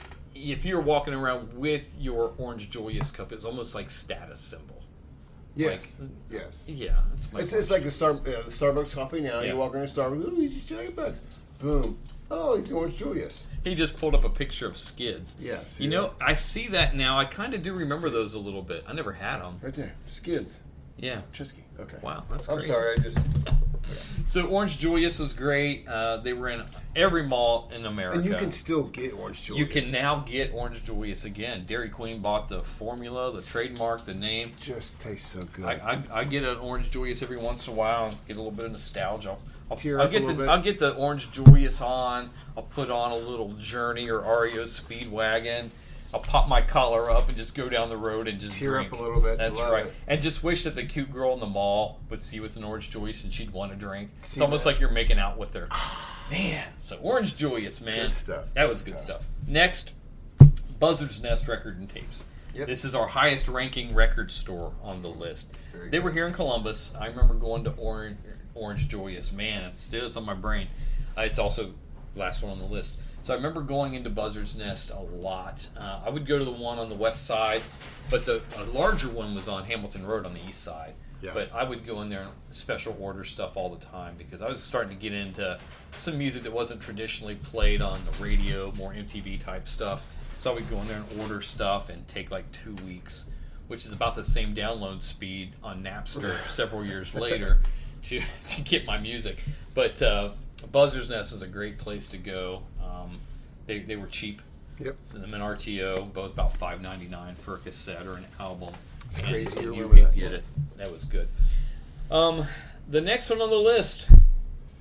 S7: if you're walking around with your Orange Julius cup, it's almost like status symbol.
S8: yes, yes.
S7: Yeah, it's my
S8: It's, it's like the Star uh, the Starbucks coffee now.
S7: Yeah.
S8: You walk into Starbucks, oh, he's just Starbucks. Boom. Oh, he's Orange Julius.
S7: He just pulled up a picture of skids.
S8: Yeah, see
S7: you know,
S8: that?
S7: I see that now. I kind of do remember those a little bit. I never had them.
S8: Right there, skids.
S7: Yeah.
S8: Chesky. Okay.
S7: Wow, that's
S8: I'm
S7: great.
S8: sorry. I just
S7: So Orange Julius was great. Uh, they were in every mall in America.
S8: and you can still get orange juice.
S7: You can now get Orange Julius again. Dairy Queen bought the formula, the trademark, the name.
S8: Just tastes so good.
S7: I, I, I get an Orange Julius every once in a while. Get a little bit of nostalgia. I'll- I'll,
S8: Tear
S7: I'll
S8: up a
S7: get
S8: little
S7: the
S8: bit.
S7: I'll get the Orange Julius on. I'll put on a little Journey or REO Speedwagon. I'll pop my collar up and just go down the road and just
S8: Tear up
S7: drink.
S8: a little bit.
S7: That's
S8: Love
S7: right.
S8: it.
S7: And just wish that the cute girl in the mall would see you with an Orange Julius and she'd want to drink. It's
S8: See
S7: almost
S8: that.
S7: like you're making out with her. Man, so Orange Julius, man,
S8: Good stuff.
S7: That
S8: Good
S7: was good
S8: stuff.
S7: stuff. Next, Buzzard's Nest record and tapes.
S8: Yep.
S7: This is our highest ranking record store on the list.
S8: Very
S7: They
S8: good.
S7: were here in Columbus. I remember going to Orange, Orange Joyous. Man, it's still it's on my brain. Uh, it's also last one on the list. So I remember going into Buzzard's Nest a lot. Uh, I would go to the one on the west side, but the a larger one was on Hamilton Road on the east side.
S8: Yeah.
S7: But I would go in there and special order stuff all the time because I was starting to get into some music that wasn't traditionally played on the radio, more MTV type stuff. So I would go in there and order stuff and take like two weeks, which is about the same download speed on Napster several years later to, to get my music. But uh, Buzzer's Nest is a great place to go. Um, they, they were cheap.
S8: Yep.
S7: Them and RTO, both about five ninety nine for a cassette or an album. It's
S8: crazy to
S7: You
S8: remember
S7: could
S8: that.
S7: get it. That was good. Um, the next one on the list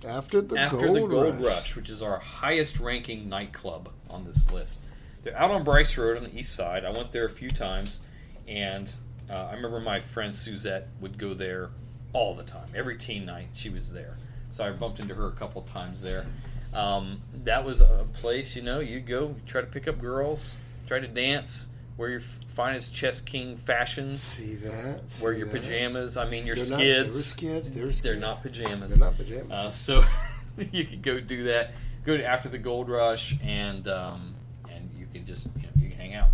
S8: After the
S7: after
S8: gold,
S7: the Gold Rush.
S8: rush.
S7: which is our highest ranking nightclub on this list. They're out on Bryce Road on the east side. I went there a few times, and uh, I remember my friend Suzette would go there all the time. Every teen night, she was there. So I bumped into her a couple times there. Um, that was a place, you know, you go, try to pick up girls, try to dance, wear your f- finest Chess King fashion,
S8: See that? See
S7: wear your
S8: that?
S7: pajamas. I mean, your
S8: They're not- they were
S7: skids.
S8: skids. They were skids.
S7: They're not pajamas.
S8: They're not pajamas.
S7: Uh, so you could go do that. Go to after the gold rush, and um, and you can just you, know, you can hang out.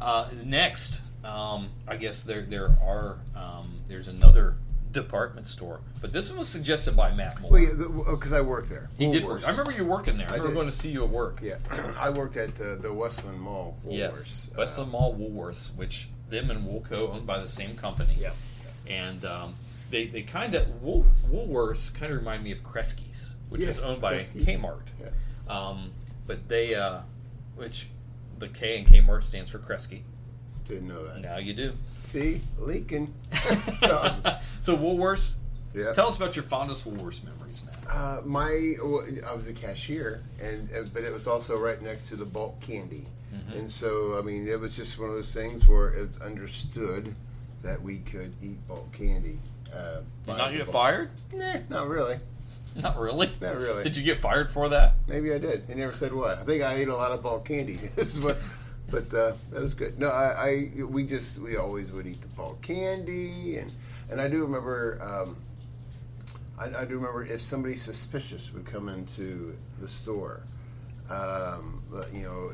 S7: Uh, next, um, I guess there there are um, there's another department store, but this one was suggested by Matt Moore.
S8: Well, yeah, because I worked there.
S7: he did work.
S8: Woolworths.
S7: I remember you working there. I remember
S8: did.
S7: going to see you at work.
S8: Yeah, I worked at the, the Westland Mall. Woolworths.
S7: Yes,
S8: Uh,
S7: Westland Mall Woolworths, which them and Woolco owned by the same company.
S8: Yeah.
S7: and um, they they kind of Wool, Woolworths kind of remind me of Kresge's, which
S8: Yes,
S7: is owned by
S8: Kresge's.
S7: Kmart.
S8: Yeah.
S7: Um, but they, uh, which the K and Kmart stands for Kresge.
S8: Didn't know that.
S7: Now you do.
S8: See, Lincoln. It's awesome.
S7: So Woolworths,
S8: Yeah.
S7: tell us about your fondest Woolworths memories, Matt.
S8: Uh, my, well, I was a cashier, and uh, but it was also right next to the bulk candy,
S7: Mm-hmm.
S8: and so I mean it was just one of those things where it was understood that we could eat bulk candy. Uh,
S7: Did
S8: by
S7: not
S8: the
S7: get
S8: bulk-
S7: fired?
S8: Nah, not really.
S7: Not really.
S8: Not really.
S7: Did you get fired for that?
S8: Maybe I did. He never said what. I think I ate a lot of bulk candy. This is what- but uh, that was good. No, I, I we just we always would eat the bulk candy, and and I do remember. Um, I, I do remember if somebody suspicious would come into the store, um, but, you know,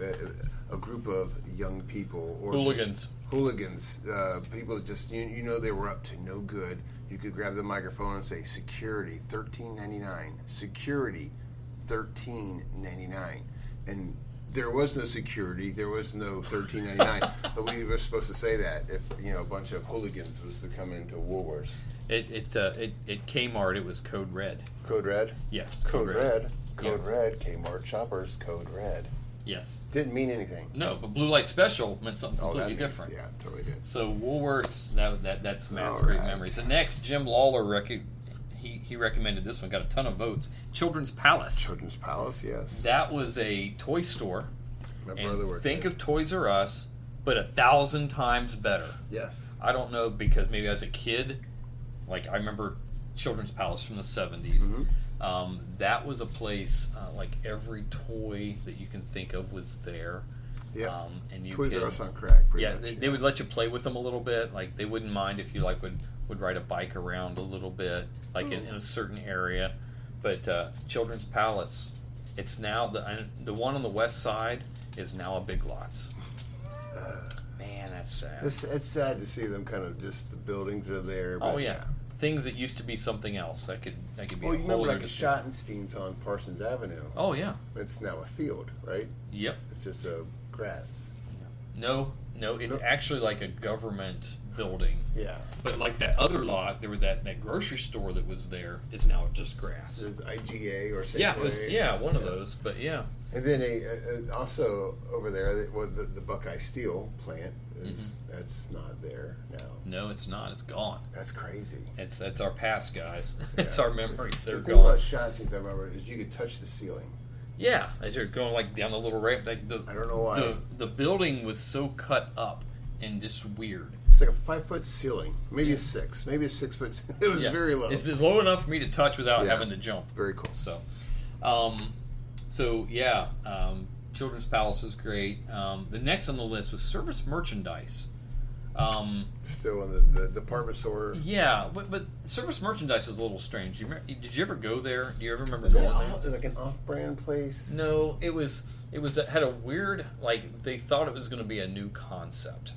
S8: a, a group of young people or just-
S7: Hooligans.
S8: hooligans, uh, people that just you, you know they were up to no good. You could grab the microphone and say security thirteen ninety nine, security thirteen ninety nine, and there was no security, there was no thirteen ninety nine, but we were supposed to say that if you know a bunch of hooligans was to come into Woolworths.
S7: It it uh, it, it Kmart. It was code red.
S8: Code red.
S7: Yeah, it's
S8: Code,
S7: code red.
S8: red. Code red. Kmart shoppers. Code red.
S7: Yes.
S8: Didn't mean anything.
S7: No, but blue light special meant something
S8: All
S7: completely
S8: Oh, means-
S7: different.
S8: Yeah, totally did.
S7: So Woolworths, that, that that's Matt's
S8: All
S7: great
S8: right.
S7: memories. The next, Jim Lawler, rec- he he recommended this one, got a ton of votes. Children's Palace.
S8: Children's Palace. Yes.
S7: That was a toy store.
S8: My brother
S7: And
S8: worked.
S7: think
S8: there.
S7: of Toys R Us, but a thousand times better.
S8: yes.
S7: I don't know because maybe as a kid, like I remember Children's Palace from the 70s.
S8: Mm-hmm.
S7: Um, that was a place uh, like every toy that you can think of was there.
S8: Yeah.
S7: Um, and you
S8: Toys
S7: could,
S8: R Us on crack. Pretty
S7: yeah,
S8: much,
S7: they, they would let you play with them a little bit. Like they wouldn't mind if you like would would ride a bike around a little bit, like
S8: Oh.
S7: in, in a certain area. But uh, Children's Palace, it's now the I- the one on the west side is now a Big Lots. Man, that's sad.
S8: It's, it's sad to see them kind of just the buildings are there. But
S7: oh yeah. things that used to be something else that could that could be.
S8: Well,
S7: a
S8: you
S7: whole
S8: remember like
S7: other
S8: a
S7: thing.
S8: Schottenstein's on Parsons Avenue.
S7: Oh yeah.
S8: It's now a field, right?
S7: Yep.
S8: It's just a grass.
S7: No, no, it's actually like a government building.
S8: Yeah.
S7: But like that other lot, there was that, that grocery store that was there is now just grass.
S8: There's IGA or Safeway.
S7: Yeah, it was, yeah, one of those. But yeah,
S8: And then a, a, a- also over there, the, well, the, the Buckeye Steel plant, is,
S7: Mm-hmm.
S8: that's not there now.
S7: no, it's not. It's gone.
S8: That's crazy.
S7: It's that's our past, guys. it's our memories. They're
S8: the thing
S7: gone.
S8: about Schottenstein's I remember is you could touch the ceiling.
S7: Yeah, as you're going like down the little ramp, like the
S8: I don't know why.
S7: the, the building was so cut up and just weird.
S8: It's like a five foot ceiling, maybe a six, maybe a six foot. It was
S7: Yeah.
S8: very low.
S7: It's it's low enough for me to touch without
S8: Yeah.
S7: having to jump.
S8: Very cool.
S7: So, um, so yeah, um, Children's Palace was great. Um, the next on the list was Service Merchandise. Um,
S8: Still in the, the department store.
S7: yeah, but, but Service Merchandise is a little strange. You, remem- did you ever go there? Do you ever remember
S8: Is
S7: going
S8: that
S7: there?
S8: off- like an off-brand place?
S7: No, it was it was it had a weird like they thought it was going to be a new concept.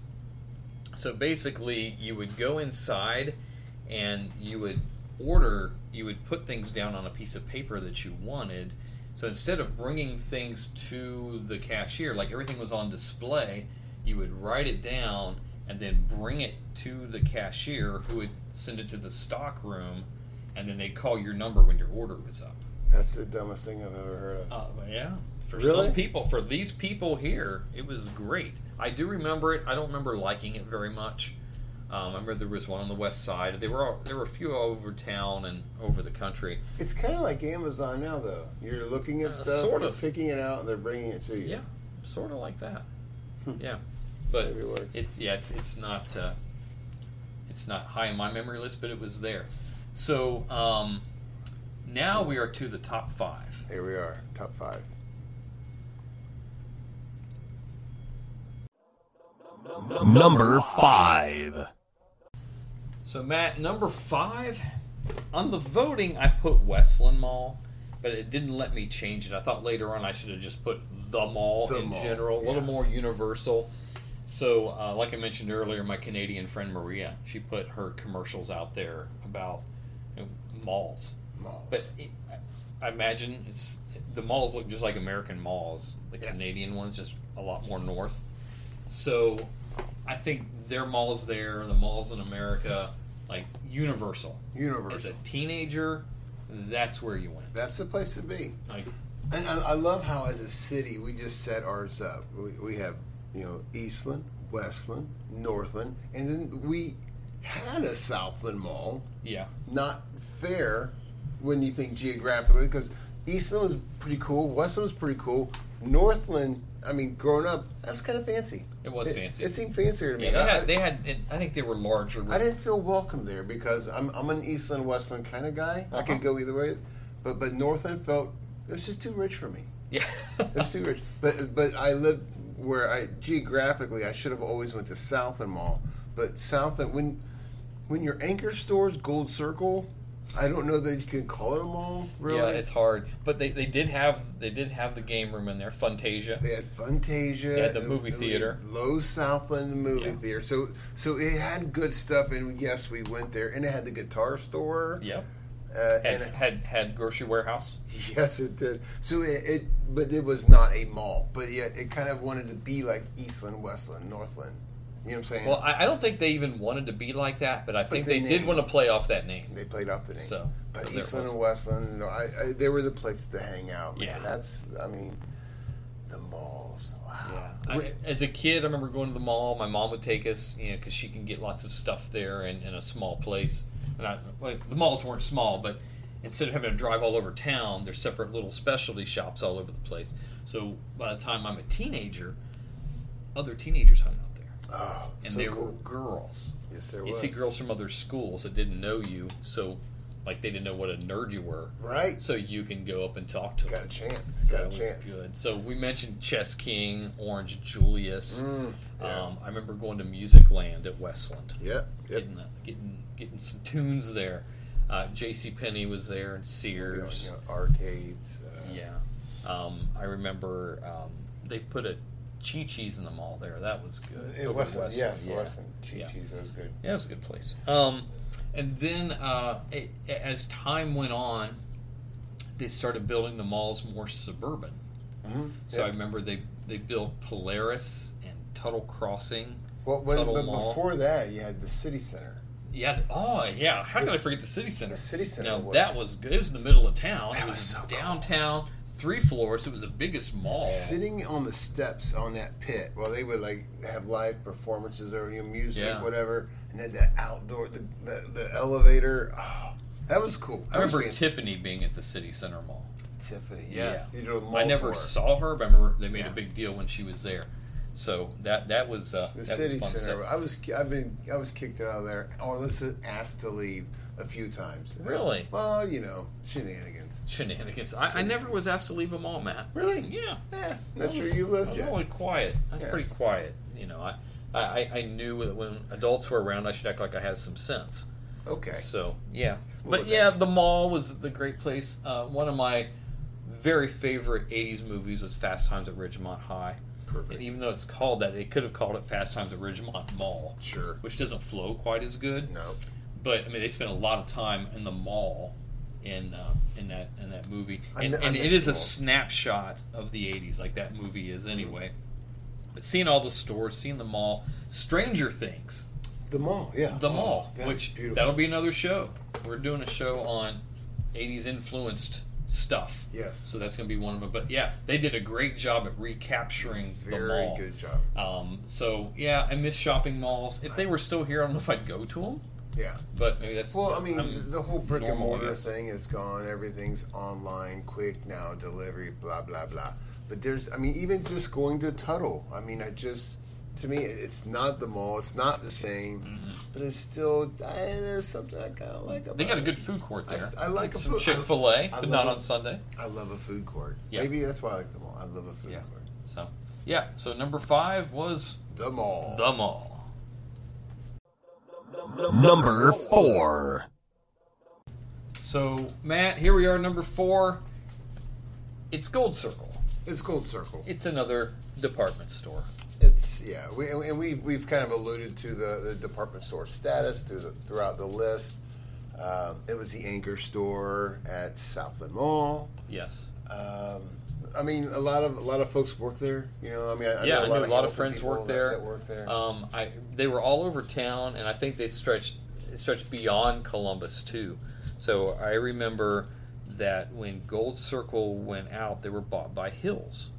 S7: So basically, you would go inside and you would order, you would put things down on a piece of paper that you wanted. So instead of bringing things to the cashier, like everything was on display, you would write it down and then bring it to the cashier who would send it to the stock room and then they'd call your number when your order was up.
S8: That's the dumbest thing I've ever heard of.
S7: Uh, yeah. For
S8: Really?
S7: some people, for these people here, it was great. I do remember it. I don't remember liking it very much. Um, I remember there was one on the west side. There were all, there were a few all over town and over the country.
S8: It's kind of like Amazon now, though. You're looking at
S7: Uh,
S8: stuff,
S7: sort
S8: you're
S7: of.
S8: picking it out, and they're bringing it to you.
S7: Yeah, sort of like that. yeah, but
S8: Hmm. Maybe work.
S7: it's yeah, it's it's not uh, it's not high in my memory list, but it was there. So um, now we are to the top five.
S8: Here we are, top five.
S11: Number five.
S7: So Matt, number five on the voting, I put Westland Mall, but it didn't let me change it. I thought later on I should have just put the mall
S8: The
S7: in
S8: mall,
S7: general, a little more universal. So, uh, like I mentioned earlier, my Canadian friend Maria, she put her commercials out there about you know, malls.
S8: Malls.
S7: But it, I- I imagine it's the malls look just like American malls. The Canadian ones just a lot more north. So I think their malls there, the malls in America, like Universal. As
S8: Universal.
S7: a teenager, that's where you went.
S8: That's the place to be.
S7: Like,
S8: And I, I love how, as a city, we just set ours up. We, we have, you know, Eastland, Westland, Northland, and then we had a Southland Mall.
S7: yeah.
S8: Not fair when you think geographically, because Eastland was pretty cool, Westland was pretty cool, Northland. I mean, growing up, that was kind of fancy.
S7: It was fancy.
S8: It seemed fancier to me.
S7: Yeah, they
S8: I-
S7: had, they had and I think they were larger.
S8: I didn't feel welcome there because I'm, I'm an Eastland Westland kind of guy. I
S7: Uh-huh.
S8: could go either way, but but Northland felt it was just too rich for me.
S7: Yeah.
S8: It was too rich. But but I lived where I geographically I should have always went to Southland Mall, but Southland when when your anchor store's Gold Circle, I don't know that you can call it a mall really.
S7: Yeah, it's hard. But they, they did have they did have the game room in there, Funtasia.
S8: They had Fantasia.
S7: They had the
S8: and-
S7: movie
S8: and we
S7: theater.
S8: had Lowe's Southland movie
S7: Yeah.
S8: theater. So so it had good stuff, and yes, we went there, and it had the guitar store.
S7: Yep.
S8: Uh,
S7: Had,
S8: and
S7: had had grocery warehouse.
S8: yes, it did. So it, it, but it was not a mall. But yet, it kind of wanted to be like Eastland, Westland, Northland. You know what I'm saying?
S7: Well, I, I don't think they even wanted to be like that, but I think they
S8: the
S7: did
S8: name.
S7: want to play off that name.
S8: they played off the name.
S7: So, so
S8: but
S7: there it
S8: Eastland
S7: was.
S8: and Westland, you know, I, I, they were the places to hang out. Man.
S7: Yeah.
S8: that's. I mean, the malls. Wow.
S7: I, as a kid, I remember going to the mall. My mom would take us, you know, because she can get lots of stuff there in, in a small place. And I, like, the malls weren't small, but instead of having to drive all over town, there's separate little specialty shops all over the place. So by the time I'm a teenager, other teenagers hung out there,
S8: Oh,
S7: and
S8: so
S7: they
S8: cool.
S7: were girls.
S8: Yes, there
S7: you
S8: was.
S7: see girls from other schools that didn't know you, so like they didn't know what a nerd you were.
S8: Right.
S7: So you can go up and talk to
S8: got
S7: them.
S8: a chance.
S7: So
S8: Got a
S7: that was
S8: chance.
S7: Good. So we mentioned Chess King, Orange Julius.
S8: Mm,
S7: um, I remember going to Music Land at Westland,
S8: Yep. Yep.
S7: getting getting getting some tunes there. Uh, J.C. Penney was there and
S8: You know,
S7: Sears.
S8: you know, arcades. Uh,
S7: Yeah. Um, I remember um, they put a Chi Chi's in the mall there. That was good.
S8: It
S7: Over
S8: wasn't,
S7: Westland,
S8: yes,
S7: yeah.
S8: it wasn't. Chi
S7: Yeah.
S8: Chi's, that was good.
S7: Yeah, it was a good place. Um, and then uh, it, as time went on, they started building the malls more suburban. So I
S8: Mm-hmm. Yeah.
S7: remember they they built Polaris and Tuttle Crossing.
S8: Well, but,
S7: Tuttle
S8: but
S7: Mall.
S8: before that, you had the city center.
S7: yeah, th- oh yeah, how could I
S8: This-
S7: forget the city center?
S8: the city center
S7: Now,
S8: was-
S7: that was good. It was in the middle of town.
S8: That
S7: it was,
S8: was so cool.
S7: downtown, three floors. It was the biggest mall.
S8: Sitting on the steps on that pit, well, they would like have live performances or you know, music,
S7: Yeah.
S8: whatever, and then the outdoor, the, the, the elevator. Oh, that was cool.
S7: I remember
S8: was
S7: Tiffany being at the city center mall.
S8: Tiffany.
S7: Yeah.
S8: Yes, you did a mall
S7: I never
S8: tour.
S7: saw her, but I remember they made
S8: Yeah.
S7: a big deal when she was there. So that that was uh,
S8: the
S7: that
S8: city
S7: was fun
S8: center.
S7: stuff.
S8: I was, I've been, I was kicked out of there, or listen, asked to leave. a few times.
S7: Really?
S8: Well, you know, shenanigans.
S7: Shenanigans. I, I never was asked to leave them all, Matt.
S8: Really?
S7: Yeah.
S8: Yeah.
S7: I
S8: Not sure
S7: was-
S8: you lived
S7: I was
S8: yet.
S7: really quiet. I was
S8: Yeah.
S7: pretty quiet. You know, I, I, I- I knew that when adults were around, I should act like I had some sense.
S8: Okay.
S7: So yeah,
S8: We'll
S7: but
S8: look
S7: yeah, the mall was the great place. Uh, one of my very favorite '80s movies was Fast Times at Ridgemont High.
S8: Perfect.
S7: And even though it's called that, it could have called it Fast Times at Ridgemont Mall.
S8: Sure.
S7: Which doesn't flow quite as good.
S8: No.
S7: But I mean, they spent a lot of time in the mall in uh, in that in that movie,
S8: I
S7: and,
S8: kn- I
S7: and it
S8: missed
S7: is
S8: the
S7: a
S8: mall.
S7: snapshot of the '80s, like that movie is anyway. But seeing all the stores, seeing the mall, Stranger Things,
S8: The mall, yeah.
S7: the mall,
S8: that's
S7: which
S8: Oh, beautiful.
S7: that'll be another show. We're doing a show on '80s influenced stuff.
S8: Yes.
S7: So that's going to be one of them. But yeah, they did a great job at recapturing the
S8: Very
S7: mall.
S8: good job.
S7: Um, so yeah, I miss shopping malls. If they were still here, I don't know if I'd go to them.
S8: Yeah.
S7: But maybe that's
S8: Well, I
S7: that's-
S8: mean,
S7: I'm-
S8: the- the whole brick and
S7: normal, I
S8: mortar
S7: guess.
S8: thing is gone. Everything's online, quick now, delivery, blah blah blah. But there's, I mean, even just going to Tuttle. I mean, I just, to me, it- it's not the mall. It's not the same, but it's still I, there's something I kind of like about.
S7: Mm-hmm. They got a
S8: it.
S7: good food court
S8: I
S7: there.
S8: s- I like a
S7: some
S8: food-
S7: Chick Fil A,
S8: I- I
S7: but not
S8: love
S7: on
S8: it.
S7: Sunday.
S8: I love a food court.
S7: Yeah.
S8: Maybe that's why I like the mall. I love a food
S7: Yeah.
S8: court.
S7: So yeah, so number five was
S8: The mall.
S7: the mall.
S11: Number four.
S7: So Matt, here we are, number four. It's Gold Circle.
S8: it's Gold Circle.
S7: It's another department store.
S8: It's yeah, we, and we we've kind of alluded to the, the department store status through the, throughout the list. Um, it was the anchor store at Southland Mall.
S7: Yes.
S8: Um, I mean, a lot of a lot of folks work there. You know, I mean, I, I
S7: yeah,
S8: know
S7: I knew a lot of
S8: Hamilton
S7: friends
S8: people
S7: worked
S8: that-
S7: there.
S8: That work there.
S7: Um, I they were all over town, and I think they stretched it stretched beyond Columbus too. So I remember that when Gold Circle went out, they were bought by Hills.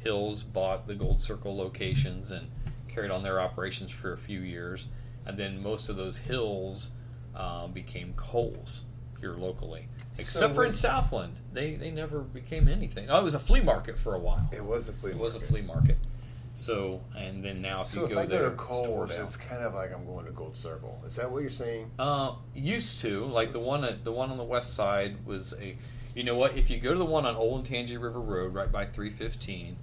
S7: Hills bought the Gold Circle locations and carried on their operations for a few years, and then most of those Hills um, became Coles here locally, except for in
S8: when-
S7: Southland. They they never became anything. Oh, it was a flea market for a while.
S8: it was a flea.
S7: It was a
S8: market.
S7: flea market. So, and then now if
S8: So
S7: you
S8: if
S7: go
S8: I
S7: there,
S8: go to
S7: it's
S8: Kohl's,
S7: tore down.
S8: it's kind of like I'm going to Gold Circle. Is that what you're saying?
S7: Uh, used to like the one at, the one on the west side was a. You know what? If you go to the one on Old and Tangy River Road, right by 315,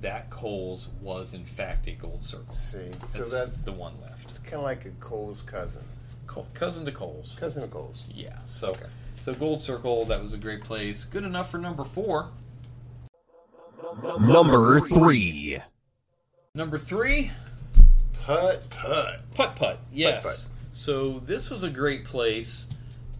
S7: that Coles was in fact a Gold Circle.
S8: See, so
S7: That's
S8: that's
S7: the one left.
S8: kind of like a Kohl's cousin,
S7: Col- cousin to Coles.
S8: cousin of Kohl's.
S7: Yeah. So, so Gold Circle that was a great place. Good enough for number four.
S11: Number three.
S7: Number three,
S8: Put put.
S7: Putt Putt, yes.
S8: Putt-putt.
S7: So this was a great place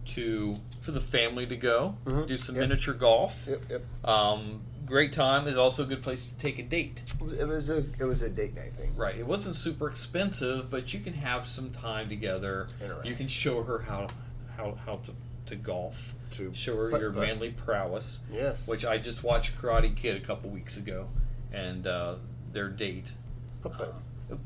S7: to for the family to go
S8: Mm-hmm.
S7: do some miniature golf.
S8: Yep, yep.
S7: Um, great time is also a good place to take a date.
S8: It was a it was a date night thing.
S7: Right. It wasn't super expensive, but you can have some time together.
S8: Interact.
S7: You can show her how how how to to golf.
S8: To
S7: show her your
S8: putt-putt.
S7: manly prowess.
S8: Yes.
S7: Which I just watched Karate Kid a couple weeks ago, and uh, their date
S8: Putt-putt.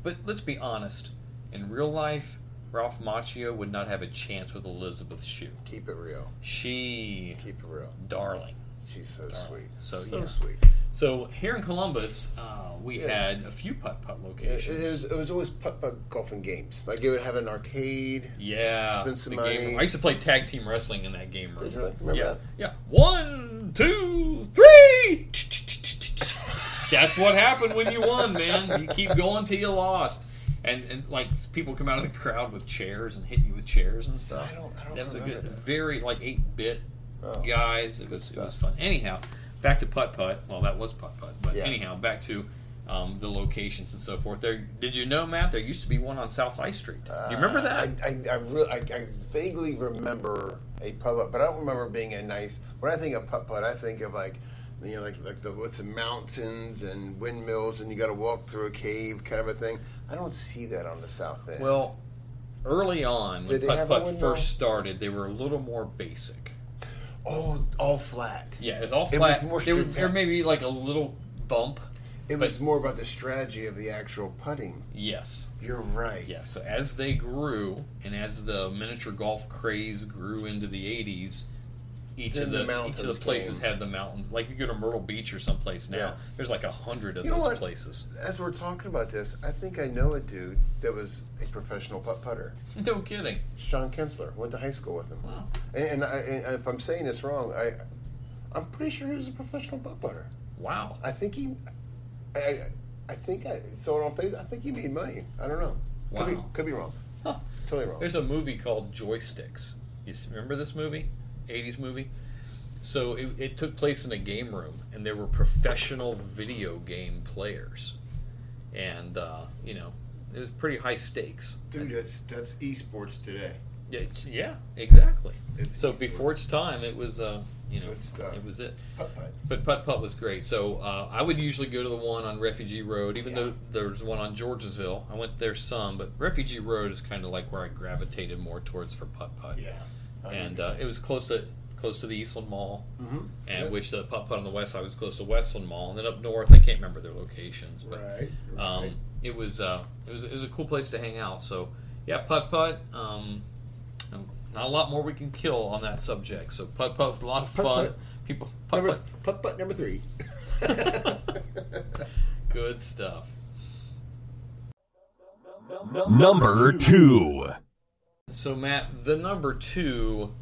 S7: But let's be honest. In real life, Ralph Macchio would not have a chance with Elizabeth Shue.
S8: Keep it real.
S7: She,
S8: Keep it real.
S7: darling.
S8: She's so sweet.
S7: So,
S8: so
S7: yeah.
S8: sweet.
S7: So here in Columbus, uh, we
S8: Yeah.
S7: had a few putt putt
S8: It,
S7: locations.
S8: it was, it was always putt putt golfing games. Like it would have an arcade.
S7: yeah,
S8: Spend some
S7: the game
S8: money.
S7: room. I used to play tag team wrestling in that game room.
S8: Did you really? Remember
S7: yeah,
S8: that?
S7: yeah. One, two, three. That's what happened when you won, man. You keep going till you lost, and and like people come out of the crowd with chairs and hit you with chairs and stuff.
S8: I don't- I don't
S7: that was a
S8: remember
S7: good,
S8: that.
S7: very like eight bit
S8: Oh,
S7: guys. It was it was fun. Anyhow, back to putt putt. Well, that was putt putt, but
S8: Yeah.
S7: anyhow, back to. Um, the locations and so forth. There, did you know, Matt? There used to be one on South High Street. Do you remember that?
S8: I I, I, really, I I vaguely remember a putt putt, but I don't remember being a nice. When I think of putt putt, I think of like. You know, like like the with the mountains and windmills, and you got to walk through a cave, kind of a thing. I don't see that on the south end.
S7: Well, early on, when
S8: Did they
S7: putt
S8: have a
S7: putt
S8: windmill?
S7: first started, they were a little more basic.
S8: oh, all flat.
S7: Yeah, it's all
S8: It
S7: flat.
S8: was more
S7: there,
S8: stringent.
S7: there may be like a little bump.
S8: It
S7: but-
S8: was more about the strategy of the actual putting.
S7: Yes.
S8: You're right.
S7: Yes. So as they grew and as the miniature golf craze grew into the 80s, each
S8: In
S7: of
S8: the
S7: the, each of the
S8: mountains
S7: places
S8: came.
S7: have the mountains. Like you go to Myrtle Beach or someplace now,
S8: Yeah.
S7: there's like a hundred of
S8: You know
S7: those
S8: what?
S7: places.
S8: As we're talking about this, I think I know a dude that was a professional putt putter.
S7: No kidding.
S8: Sean Kensler went to high school with him.
S7: Wow.
S8: And, and, I, and if I'm saying this wrong, I I'm pretty sure he was a professional putt putter.
S7: Wow.
S8: I think he, I, I, I think I saw it on Facebook. I think he made money. I don't know. Could be,
S7: Wow.
S8: could be wrong.
S7: Huh.
S8: Totally wrong.
S7: There's a movie called Joysticks. You s- remember this movie? 80s movie? So it, it took place in a game room, and there were professional video game players. And, uh, you know, it was pretty high stakes.
S8: Dude, that's that's esports today.
S7: Yeah, it's- yeah exactly.
S8: It's
S7: so
S8: easy.
S7: before its time, it was, uh, you know,
S8: Good stuff.
S7: it was it.
S8: Putt-putt.
S7: But putt putt was great. So uh, I would usually go to the one on Refugee Road, even though there's one on Georgesville. I went there some, but Refugee Road is kind of like where I gravitated more towards for putt putt. and uh, it was close to close to the Eastland Mall, mm-hmm. and which the putt putt on the west side was close to Westland Mall, and then up north I can't remember their locations, but
S8: Right, right.
S7: um, it was uh, it was it was a cool place to hang out. So yeah, putt putt. Um, not a lot more we can kill on that subject. So putt putt was a lot of fun.
S8: Putt-putt.
S7: People putt
S8: number
S7: putt.
S8: putt putt number three.
S7: Good stuff.
S11: Number two.
S7: So Matt, the number two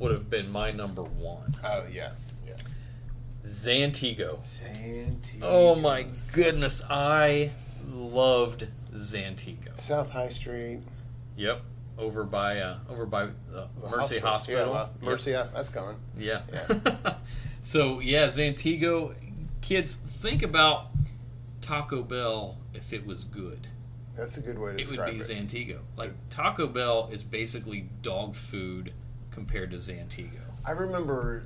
S7: would have been my number one,
S8: Oh yeah, yeah.
S7: Zantigo.
S8: Santiago.
S7: Oh my goodness, I loved Zantigo.
S8: South High Street
S7: Yep, over by uh, over by uh, Mercy Hospital.
S8: Yeah, well, Mercy, yeah, that's gone.
S7: Yeah. so yeah, Zantigo. Kids, think about Taco Bell if it was good.
S8: That's a good way to
S7: It would
S8: describe
S7: be
S8: it.
S7: Zantigo. Like Taco Bell is basically dog food compared to Zantigo.
S8: I remember,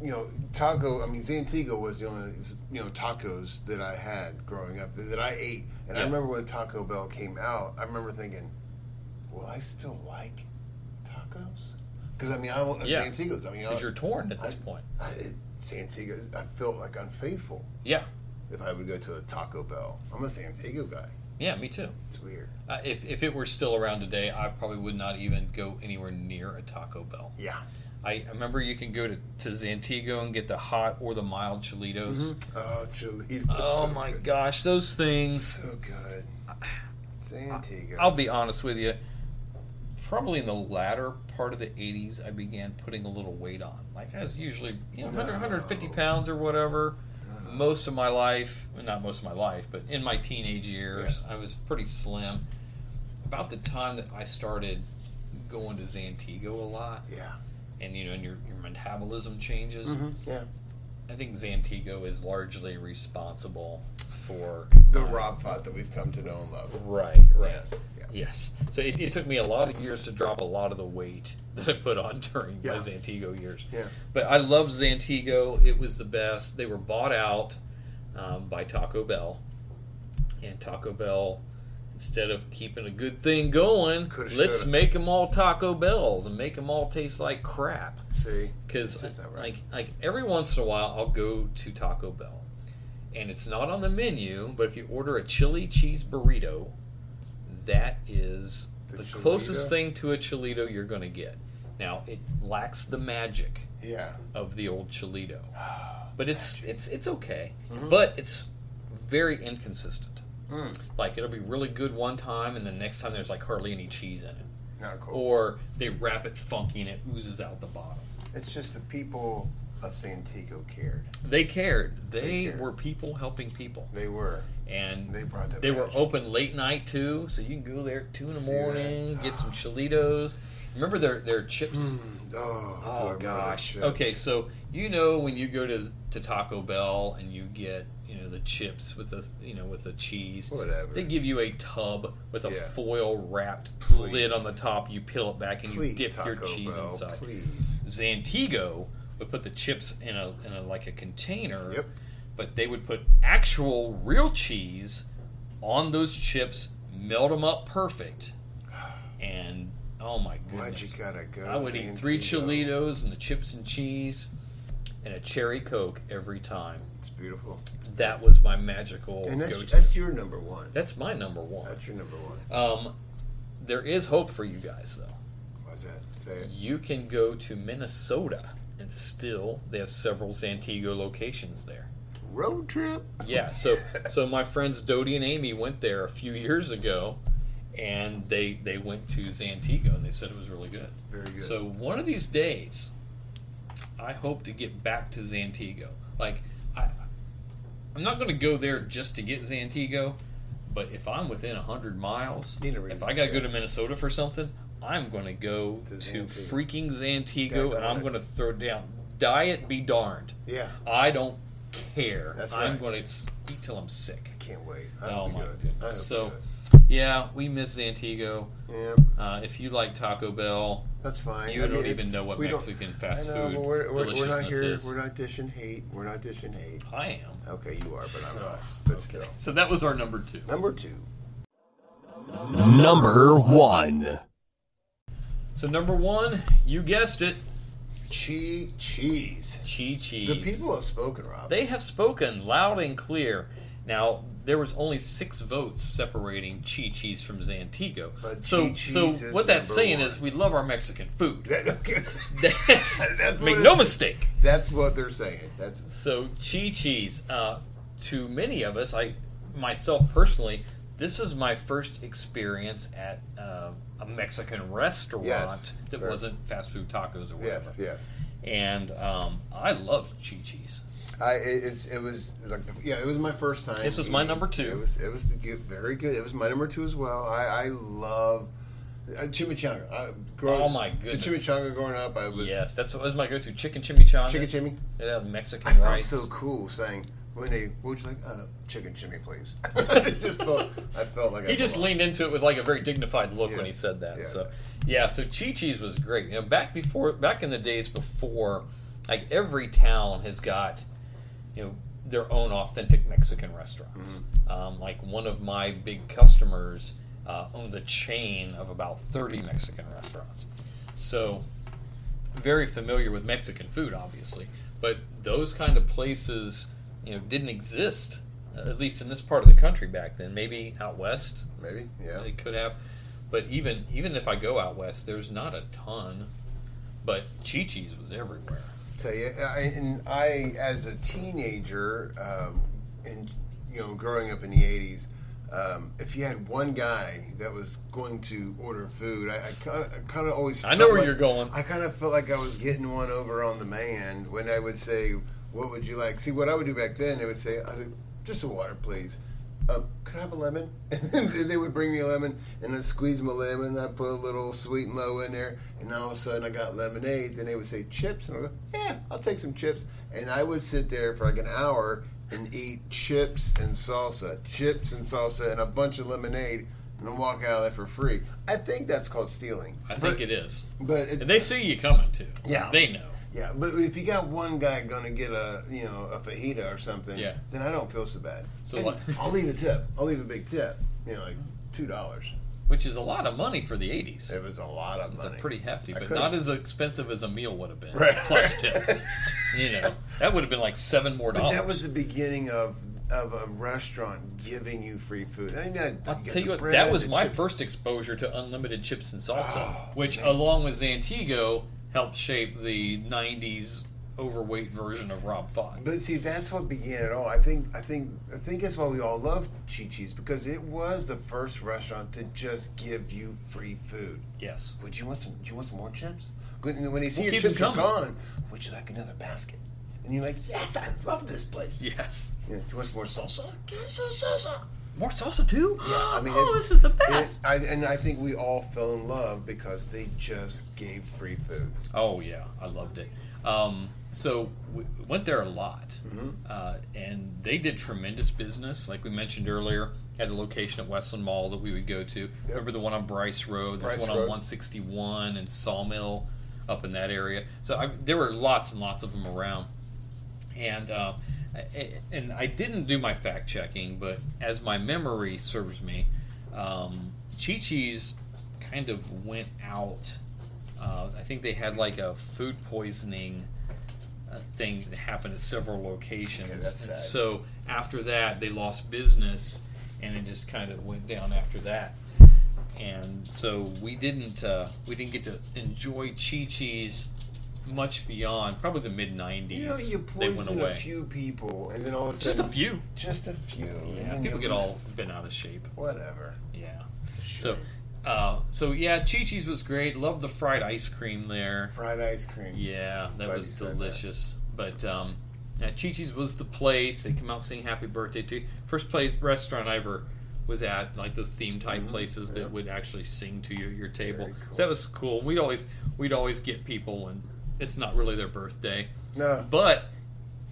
S8: you know, taco. I mean, Zantigo was the only, you know, tacos that I had growing up that, that I ate. And I
S7: Yeah.
S8: remember when Taco Bell came out, I remember thinking, "Will I still like tacos?" Because I mean, I want
S7: Yeah.
S8: Zantigos. I mean, I,
S7: Because you're torn at this
S8: Uh, I-
S7: point.
S8: I, it- Zantigo. I felt like unfaithful
S7: Yeah.
S8: if I would go to a Taco Bell. I'm a Zantigo guy.
S7: Yeah, me too.
S8: It's weird.
S7: Uh, if, if it were still around today, I probably would not even go anywhere near a Taco Bell.
S8: Yeah.
S7: I I remember you can go to, to Zantigo and get the hot or the mild Cholitos.
S8: Oh, Cholitos.
S7: Oh
S8: so
S7: my
S8: good.
S7: gosh, those things.
S8: So good. Zantigo.
S7: I'll be honest with you. Probably in the latter part of the 80s, I began putting a little weight on. Like, I was usually, you know, 100, 150 pounds or whatever. Most of my life, well, not most of my life, but in my teenage years, I was pretty slim. About the time that I started going to Zantigo a lot,
S8: Yeah. Mm-hmm.
S7: and, you know, and your, your metabolism changes,
S8: Yeah.
S7: I think Zantigo is largely responsible for
S8: The Rob Pot that we've come to know and love.
S7: right, right.
S8: Yes. Yeah.
S7: Yes. So it, it took me a lot of years to drop a lot of the weight that I put on during
S8: Yeah.
S7: my Zantigo years.
S8: Yeah.
S7: But I loved Zantigo. It was the best. They were bought out um, by Taco Bell. And Taco Bell, instead of keeping a good thing going,
S8: Coulda,
S7: let's
S8: shoulda.
S7: make them all Taco Bells and make them all taste like crap.
S8: See,
S7: Because
S8: It's just not right.
S7: like like every once in a while, I'll go to Taco Bell, and it's not on the menu. But if you order a chili cheese burrito, that is
S8: The
S7: the, closest
S8: Cholito?
S7: thing to a chilito you're going to get. Now it lacks the magic
S8: yeah,
S7: of the old chilito,
S8: Ah,
S7: but it's it's it's okay.
S8: Mm-hmm.
S7: But it's very inconsistent.
S8: Mm.
S7: Like it'll be really good one time, and the next time there's like hardly any cheese in it,
S8: not cool.
S7: or they wrap it funky and it oozes out the bottom.
S8: it's just the people of Santiago cared.
S7: They cared. They,
S8: cared.
S7: were people helping people,
S8: They were.
S7: and
S8: They brought that
S7: They were
S8: magic.
S7: open late night too, so you can go there at two in the
S8: See that? Ah.
S7: morning, get some Cholitos. Remember their their chips.
S8: Oh, do I
S7: Oh
S8: remember
S7: gosh.
S8: those
S7: Okay,
S8: shows.
S7: so you know when you go to to Taco Bell and you get you know the chips with the you know with the cheese.
S8: Whatever.
S7: They give you a tub with a
S8: Yeah.
S7: foil wrapped
S8: Please.
S7: lid on the top. You peel it back and
S8: please
S7: you dip
S8: Taco
S7: your cheese
S8: Bell,
S7: inside.
S8: please.
S7: Zantigo would put the chips in a in a like a container.
S8: Yep.
S7: But they would put actual real cheese on those chips, melt them up perfect, and oh my goodness!
S8: Why'd you gotta go?
S7: I would eat three
S8: Zantigo?
S7: Cholitos and the chips and cheese, and a cherry coke every time.
S8: It's beautiful.
S7: That was my magical
S8: And that's,
S7: go-to.
S8: that's your number one.
S7: That's my number one.
S8: That's your number one.
S7: Um, there is hope for you guys though.
S8: What's that? Say it.
S7: You can go to Minnesota and still they have several Santiago locations there.
S8: Road trip.
S7: Yeah, so so my friends Dodie and Amy went there a few years ago, and they they went to Zantigo and they said it was really good.
S8: Very good.
S7: So one of these days, I hope to get back to Zantigo. Like I, I'm not going to go there just to get Zantigo, but if I'm within hundred miles,
S8: Need a
S7: if
S8: reason,
S7: I got to
S8: yeah.
S7: go to Minnesota for something, I'm going to go
S8: To
S7: to,
S8: Zantigo.
S7: freaking Zantigo,
S8: Back
S7: and
S8: on
S7: I'm
S8: it.
S7: going to throw down. Diet be darned.
S8: Yeah.
S7: I don't care.
S8: That's
S7: I'm
S8: right.
S7: going to eat till I'm sick.
S8: Can't wait. I
S7: Oh
S8: hope we
S7: my
S8: do it. I hope
S7: goodness!
S8: we
S7: So,
S8: do it.
S7: yeah, we miss Antigo.
S8: Yeah,
S7: Uh, if you like Taco Bell,
S8: that's fine.
S7: You don't
S8: it's-
S7: even know what
S8: we don't-
S7: Mexican fast
S8: I know,
S7: food
S8: but we're, we're, we're not
S7: deliciousness
S8: here.
S7: is.
S8: We're not dishing hate. We're not dishing hate.
S7: I am.
S8: Okay, you are, but I'm not. But still,
S7: So that was our number two.
S8: number two.
S11: Number one.
S7: So number one, you guessed it,
S8: Chee cheese.
S7: Chi Chi.
S8: The people have spoken, Rob.
S7: they have spoken loud and clear. Now there was only six votes separating Chi Chi's from Zantigo.
S8: But
S7: so,
S8: Chi-Chi's
S7: so
S8: is
S7: what that's
S8: number
S7: saying
S8: one.
S7: is we love our Mexican food.
S8: That- okay.
S7: That's,
S8: That's
S7: make
S8: what
S7: no
S8: it's-
S7: mistake.
S8: That's what they're saying. That's
S7: So Chi Chi's, uh, to many of us, I myself personally, this is my first experience at um a Mexican restaurant
S8: Yes,
S7: that
S8: right.
S7: wasn't fast food tacos or whatever.
S8: yes, yes.
S7: And um, I love Chi Chi's.
S8: I it, it's- it was like the, yeah, it was my first time.
S7: This was my
S8: eating.
S7: number two.
S8: It was it was good, very good. It was my number two as well. I I love uh, chimichanga. I, growing,
S7: Oh, my
S8: The
S7: goodness.
S8: chimichanga growing up, I was
S7: Yes, that's what was my go-to chicken chimichanga.
S8: chicken chimmy.
S7: They have Mexican
S8: I felt
S7: rice.
S8: so cool saying when they what would you like uh, chicken chimmy please. it just felt I felt like I
S7: he just
S8: belonged.
S7: leaned into it with like a very dignified look when
S8: Yes.
S7: he said that.
S8: Yeah.
S7: So yeah, so Chi Chi's was great. You know, back before back in the days before, like every town has got, you know, their own authentic Mexican restaurants.
S8: Mm-hmm.
S7: Um, like one of my big customers uh, owns a chain of about thirty Mexican restaurants. So very familiar with Mexican food, obviously, but those kind of places, you know, didn't exist uh, at least in this part of the country back then. Maybe out west,
S8: maybe yeah.
S7: they could have, but even even if I go out west, there's not a ton. But Chi Chi's was everywhere.
S8: tell you, I, and I, as a teenager, um, and you know, growing up in the '80s, um, if you had one guy that was going to order food, I, I kind of always.
S7: I
S8: felt
S7: know where
S8: like-
S7: you're going.
S8: I kind of felt like I was getting one over on the man when I would say, "What would you like?" See, what I would do back then, they would say, "I said, just a water, please." Um, could I have a lemon? and they would bring me a lemon, and I squeeze my lemon. I put a little sweet and low in there, and all of a sudden I got lemonade. Then they would say chips, and I go, "Yeah, I'll take some chips." And I would sit there for like an hour and eat chips and salsa, chips and salsa, and a bunch of lemonade, and then walk out of there for free. I think that's called stealing.
S7: I
S8: But-
S7: think it is,
S8: But it,
S7: and they see you coming too.
S8: Yeah.
S7: they know.
S8: yeah, but if you got one guy going to get a you know a fajita or something,
S7: Yeah.
S8: then I don't feel so bad.
S7: So
S8: And
S7: what-
S8: I'll leave a tip. I'll leave a big tip. You know, like two dollars.
S7: Which is a lot of money for the '80s.
S8: It was a lot of
S7: It's
S8: money.
S7: a pretty hefty,
S8: I
S7: but
S8: could've-
S7: not as expensive as a meal would have been.
S8: Right.
S7: Plus tip, you know, that would have been like seven more
S8: But
S7: dollars.
S8: that was the beginning of of a restaurant giving you free food. I mean, I,
S7: I'll tell you what, that was my first exposure to unlimited chips and salsa, which, along with Zantigo, helped shape the '90s overweight version of Rob Font.
S8: But see, that's what began it all. I think, I think, I think that's why we all love Chi Chi's because it was the first restaurant to just give you free food.
S7: Yes,
S8: Would you want some? Do you want some more chips? When when they see
S7: We'll
S8: your
S7: keep 'em
S8: chips are
S7: coming.
S8: gone, would you like another basket? And you're like, yes, I love this place.
S7: yes.
S8: Yeah, Do you want some more salsa? Give me some salsa.
S7: More salsa too?
S8: I mean,
S7: oh,
S8: it-
S7: this is the
S8: it-
S7: best.
S8: I, and I think we all fell in love because they just gave free food.
S7: oh yeah, I loved it. Um, so we went there a lot,
S8: Mm-hmm.
S7: uh, and they did tremendous business. Like we mentioned earlier, had a location at Westland Mall that we would go to. Remember the one on Bryce Road? There's
S8: Bryce
S7: one on
S8: Road.
S7: 161 and Sawmill up in that area. So I, there were lots and lots of them around. and uh, I- and I didn't do my fact checking, but as my memory serves me, um, Chi Chi's kind of went out. Uh, I think they had like a food poisoning uh, thing that happened at several locations.
S8: Okay, that's
S7: And
S8: sad.
S7: So after that, they lost business, and it just kind of went down after that. And so we didn't uh, we didn't get to enjoy Chi Chi's much beyond probably the mid '90s.
S8: You know, you
S7: they went
S8: poison
S7: away.
S8: a few people, and then all of a
S7: Just
S8: sudden,
S7: a few.
S8: just a few. and
S7: Yeah,
S8: then
S7: people
S8: you
S7: get
S8: lose-
S7: all bent out of shape.
S8: whatever.
S7: Yeah. So, uh, so yeah, Chi Chi's was great. Loved the fried ice cream there.
S8: Fried ice cream.
S7: Yeah, that
S8: Glad you
S7: was
S8: said that.
S7: delicious. But um, yeah, Chi Chi's was the place. They come out singing Happy Birthday to you. First place restaurant I ever was at, like the theme type places that would actually sing to you at your table.
S8: Mm-hmm. Very cool.
S7: So that was cool. We'd always we'd always get people when it's not really their birthday.
S8: No.
S7: But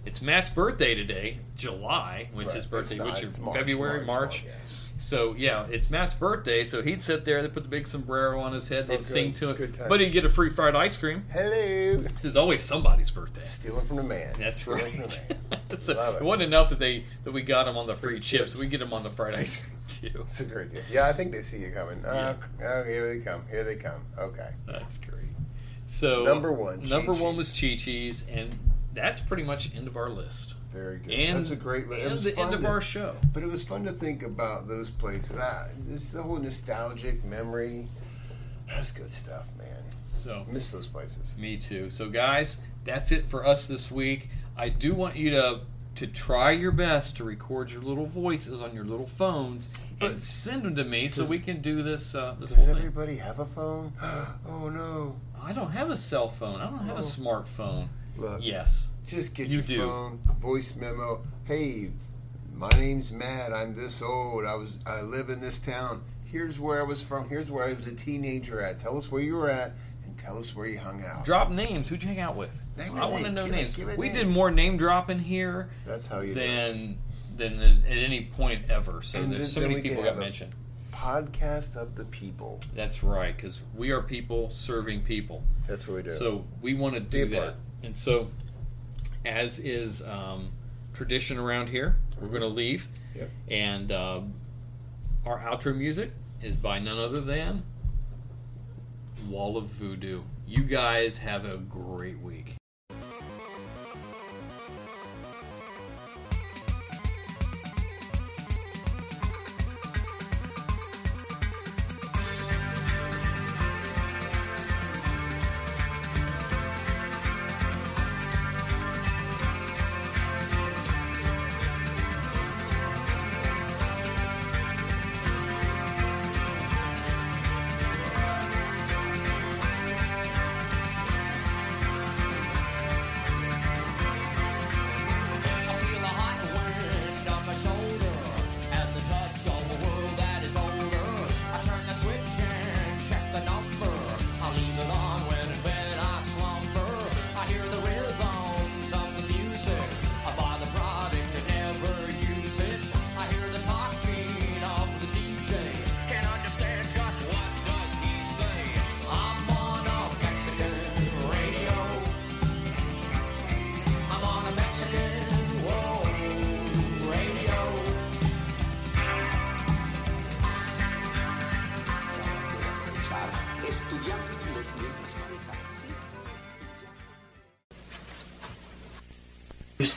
S7: it's Matt's birthday today, July, which
S8: Right,
S7: his
S8: it's
S7: birthday,
S8: not-
S7: which is
S8: it's March,
S7: February,
S8: March,
S7: March.
S8: March,
S7: So yeah, it's Matt's birthday. So he'd sit there, they put the big sombrero on his head, they'd
S8: good-
S7: sing to him,
S8: good time.
S7: but he'd get a free fried ice cream.
S8: Hello.
S7: This is always somebody's birthday.
S8: Stealing from the man.
S7: That's
S8: Stealing
S7: right.
S8: From the man.
S7: so
S8: Love
S7: it.
S8: it.
S7: wasn't enough that they that we got him on the free, chips.
S8: chips.
S7: We get him on the fried ice cream too.
S8: It's a great deal. Yeah, I think they see you coming. Uh, Oh, here they come. Here they come. Okay.
S7: That's great. So
S8: Number one,
S7: number
S8: Chi-Chi's.
S7: one was Chi Chi's, and that's pretty much the end of our list.
S8: Very good.
S7: And
S8: That's a great. li- it
S7: and
S8: was
S7: the end
S8: fun
S7: of
S8: to-
S7: our show.
S8: But it was fun to think about those places. Ah, this the whole nostalgic memory. That's good stuff, man.
S7: So
S8: Miss those places.
S7: Me too. So guys, that's it for us this week. I do want you to to try your best to record your little voices on your little phones and send them to me so
S8: Does-
S7: we can do this uh, this whole
S8: Does
S7: thing.
S8: everybody have a phone? oh no!
S7: I don't have a cell phone. I don't have a smartphone.
S8: Look,
S7: Yes.
S8: just get
S7: you
S8: your
S7: do.
S8: phone, voice memo. Hey, my name's Matt. I'm this old. I was I live in this town. Here's where I was from. Here's where I was a teenager at. Tell us where you were at, and tell us where you hung out.
S7: Drop names. Who'd you hang out with?
S8: Name
S7: I
S8: a
S7: want to
S8: name.
S7: know
S8: Give me-
S7: names.
S8: give me a
S7: we
S8: name.
S7: did more name dropping here
S8: That's how you do it.
S7: than than at any point ever. So
S8: And
S7: there's
S8: then-
S7: so
S8: then
S7: many
S8: we can
S7: people
S8: have
S7: got
S8: a-
S7: mentioned.
S8: podcast of the people.
S7: That's right, because we are people serving people.
S8: That's what we do.
S7: So we want to do
S8: Be a
S7: that.
S8: part.
S7: And so, as is um, tradition around here, we're
S8: Mm-hmm.
S7: going to leave.
S8: Yep.
S7: And um, our outro music is by none other than Wall of Voodoo. You guys have a great week.
S6: I feel a hot wind on my shoulder and the touch of the world that is older. I turn the switch and check the number. I leave it on when in bed I slumber. I hear the rhythms of the music. I buy the product and never use it. I hear the talking of the DJ. Can't understand just what does he say. I'm on a Mexican radio. I'm on a Mexican whoa, radio.
S4: You're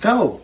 S4: Go.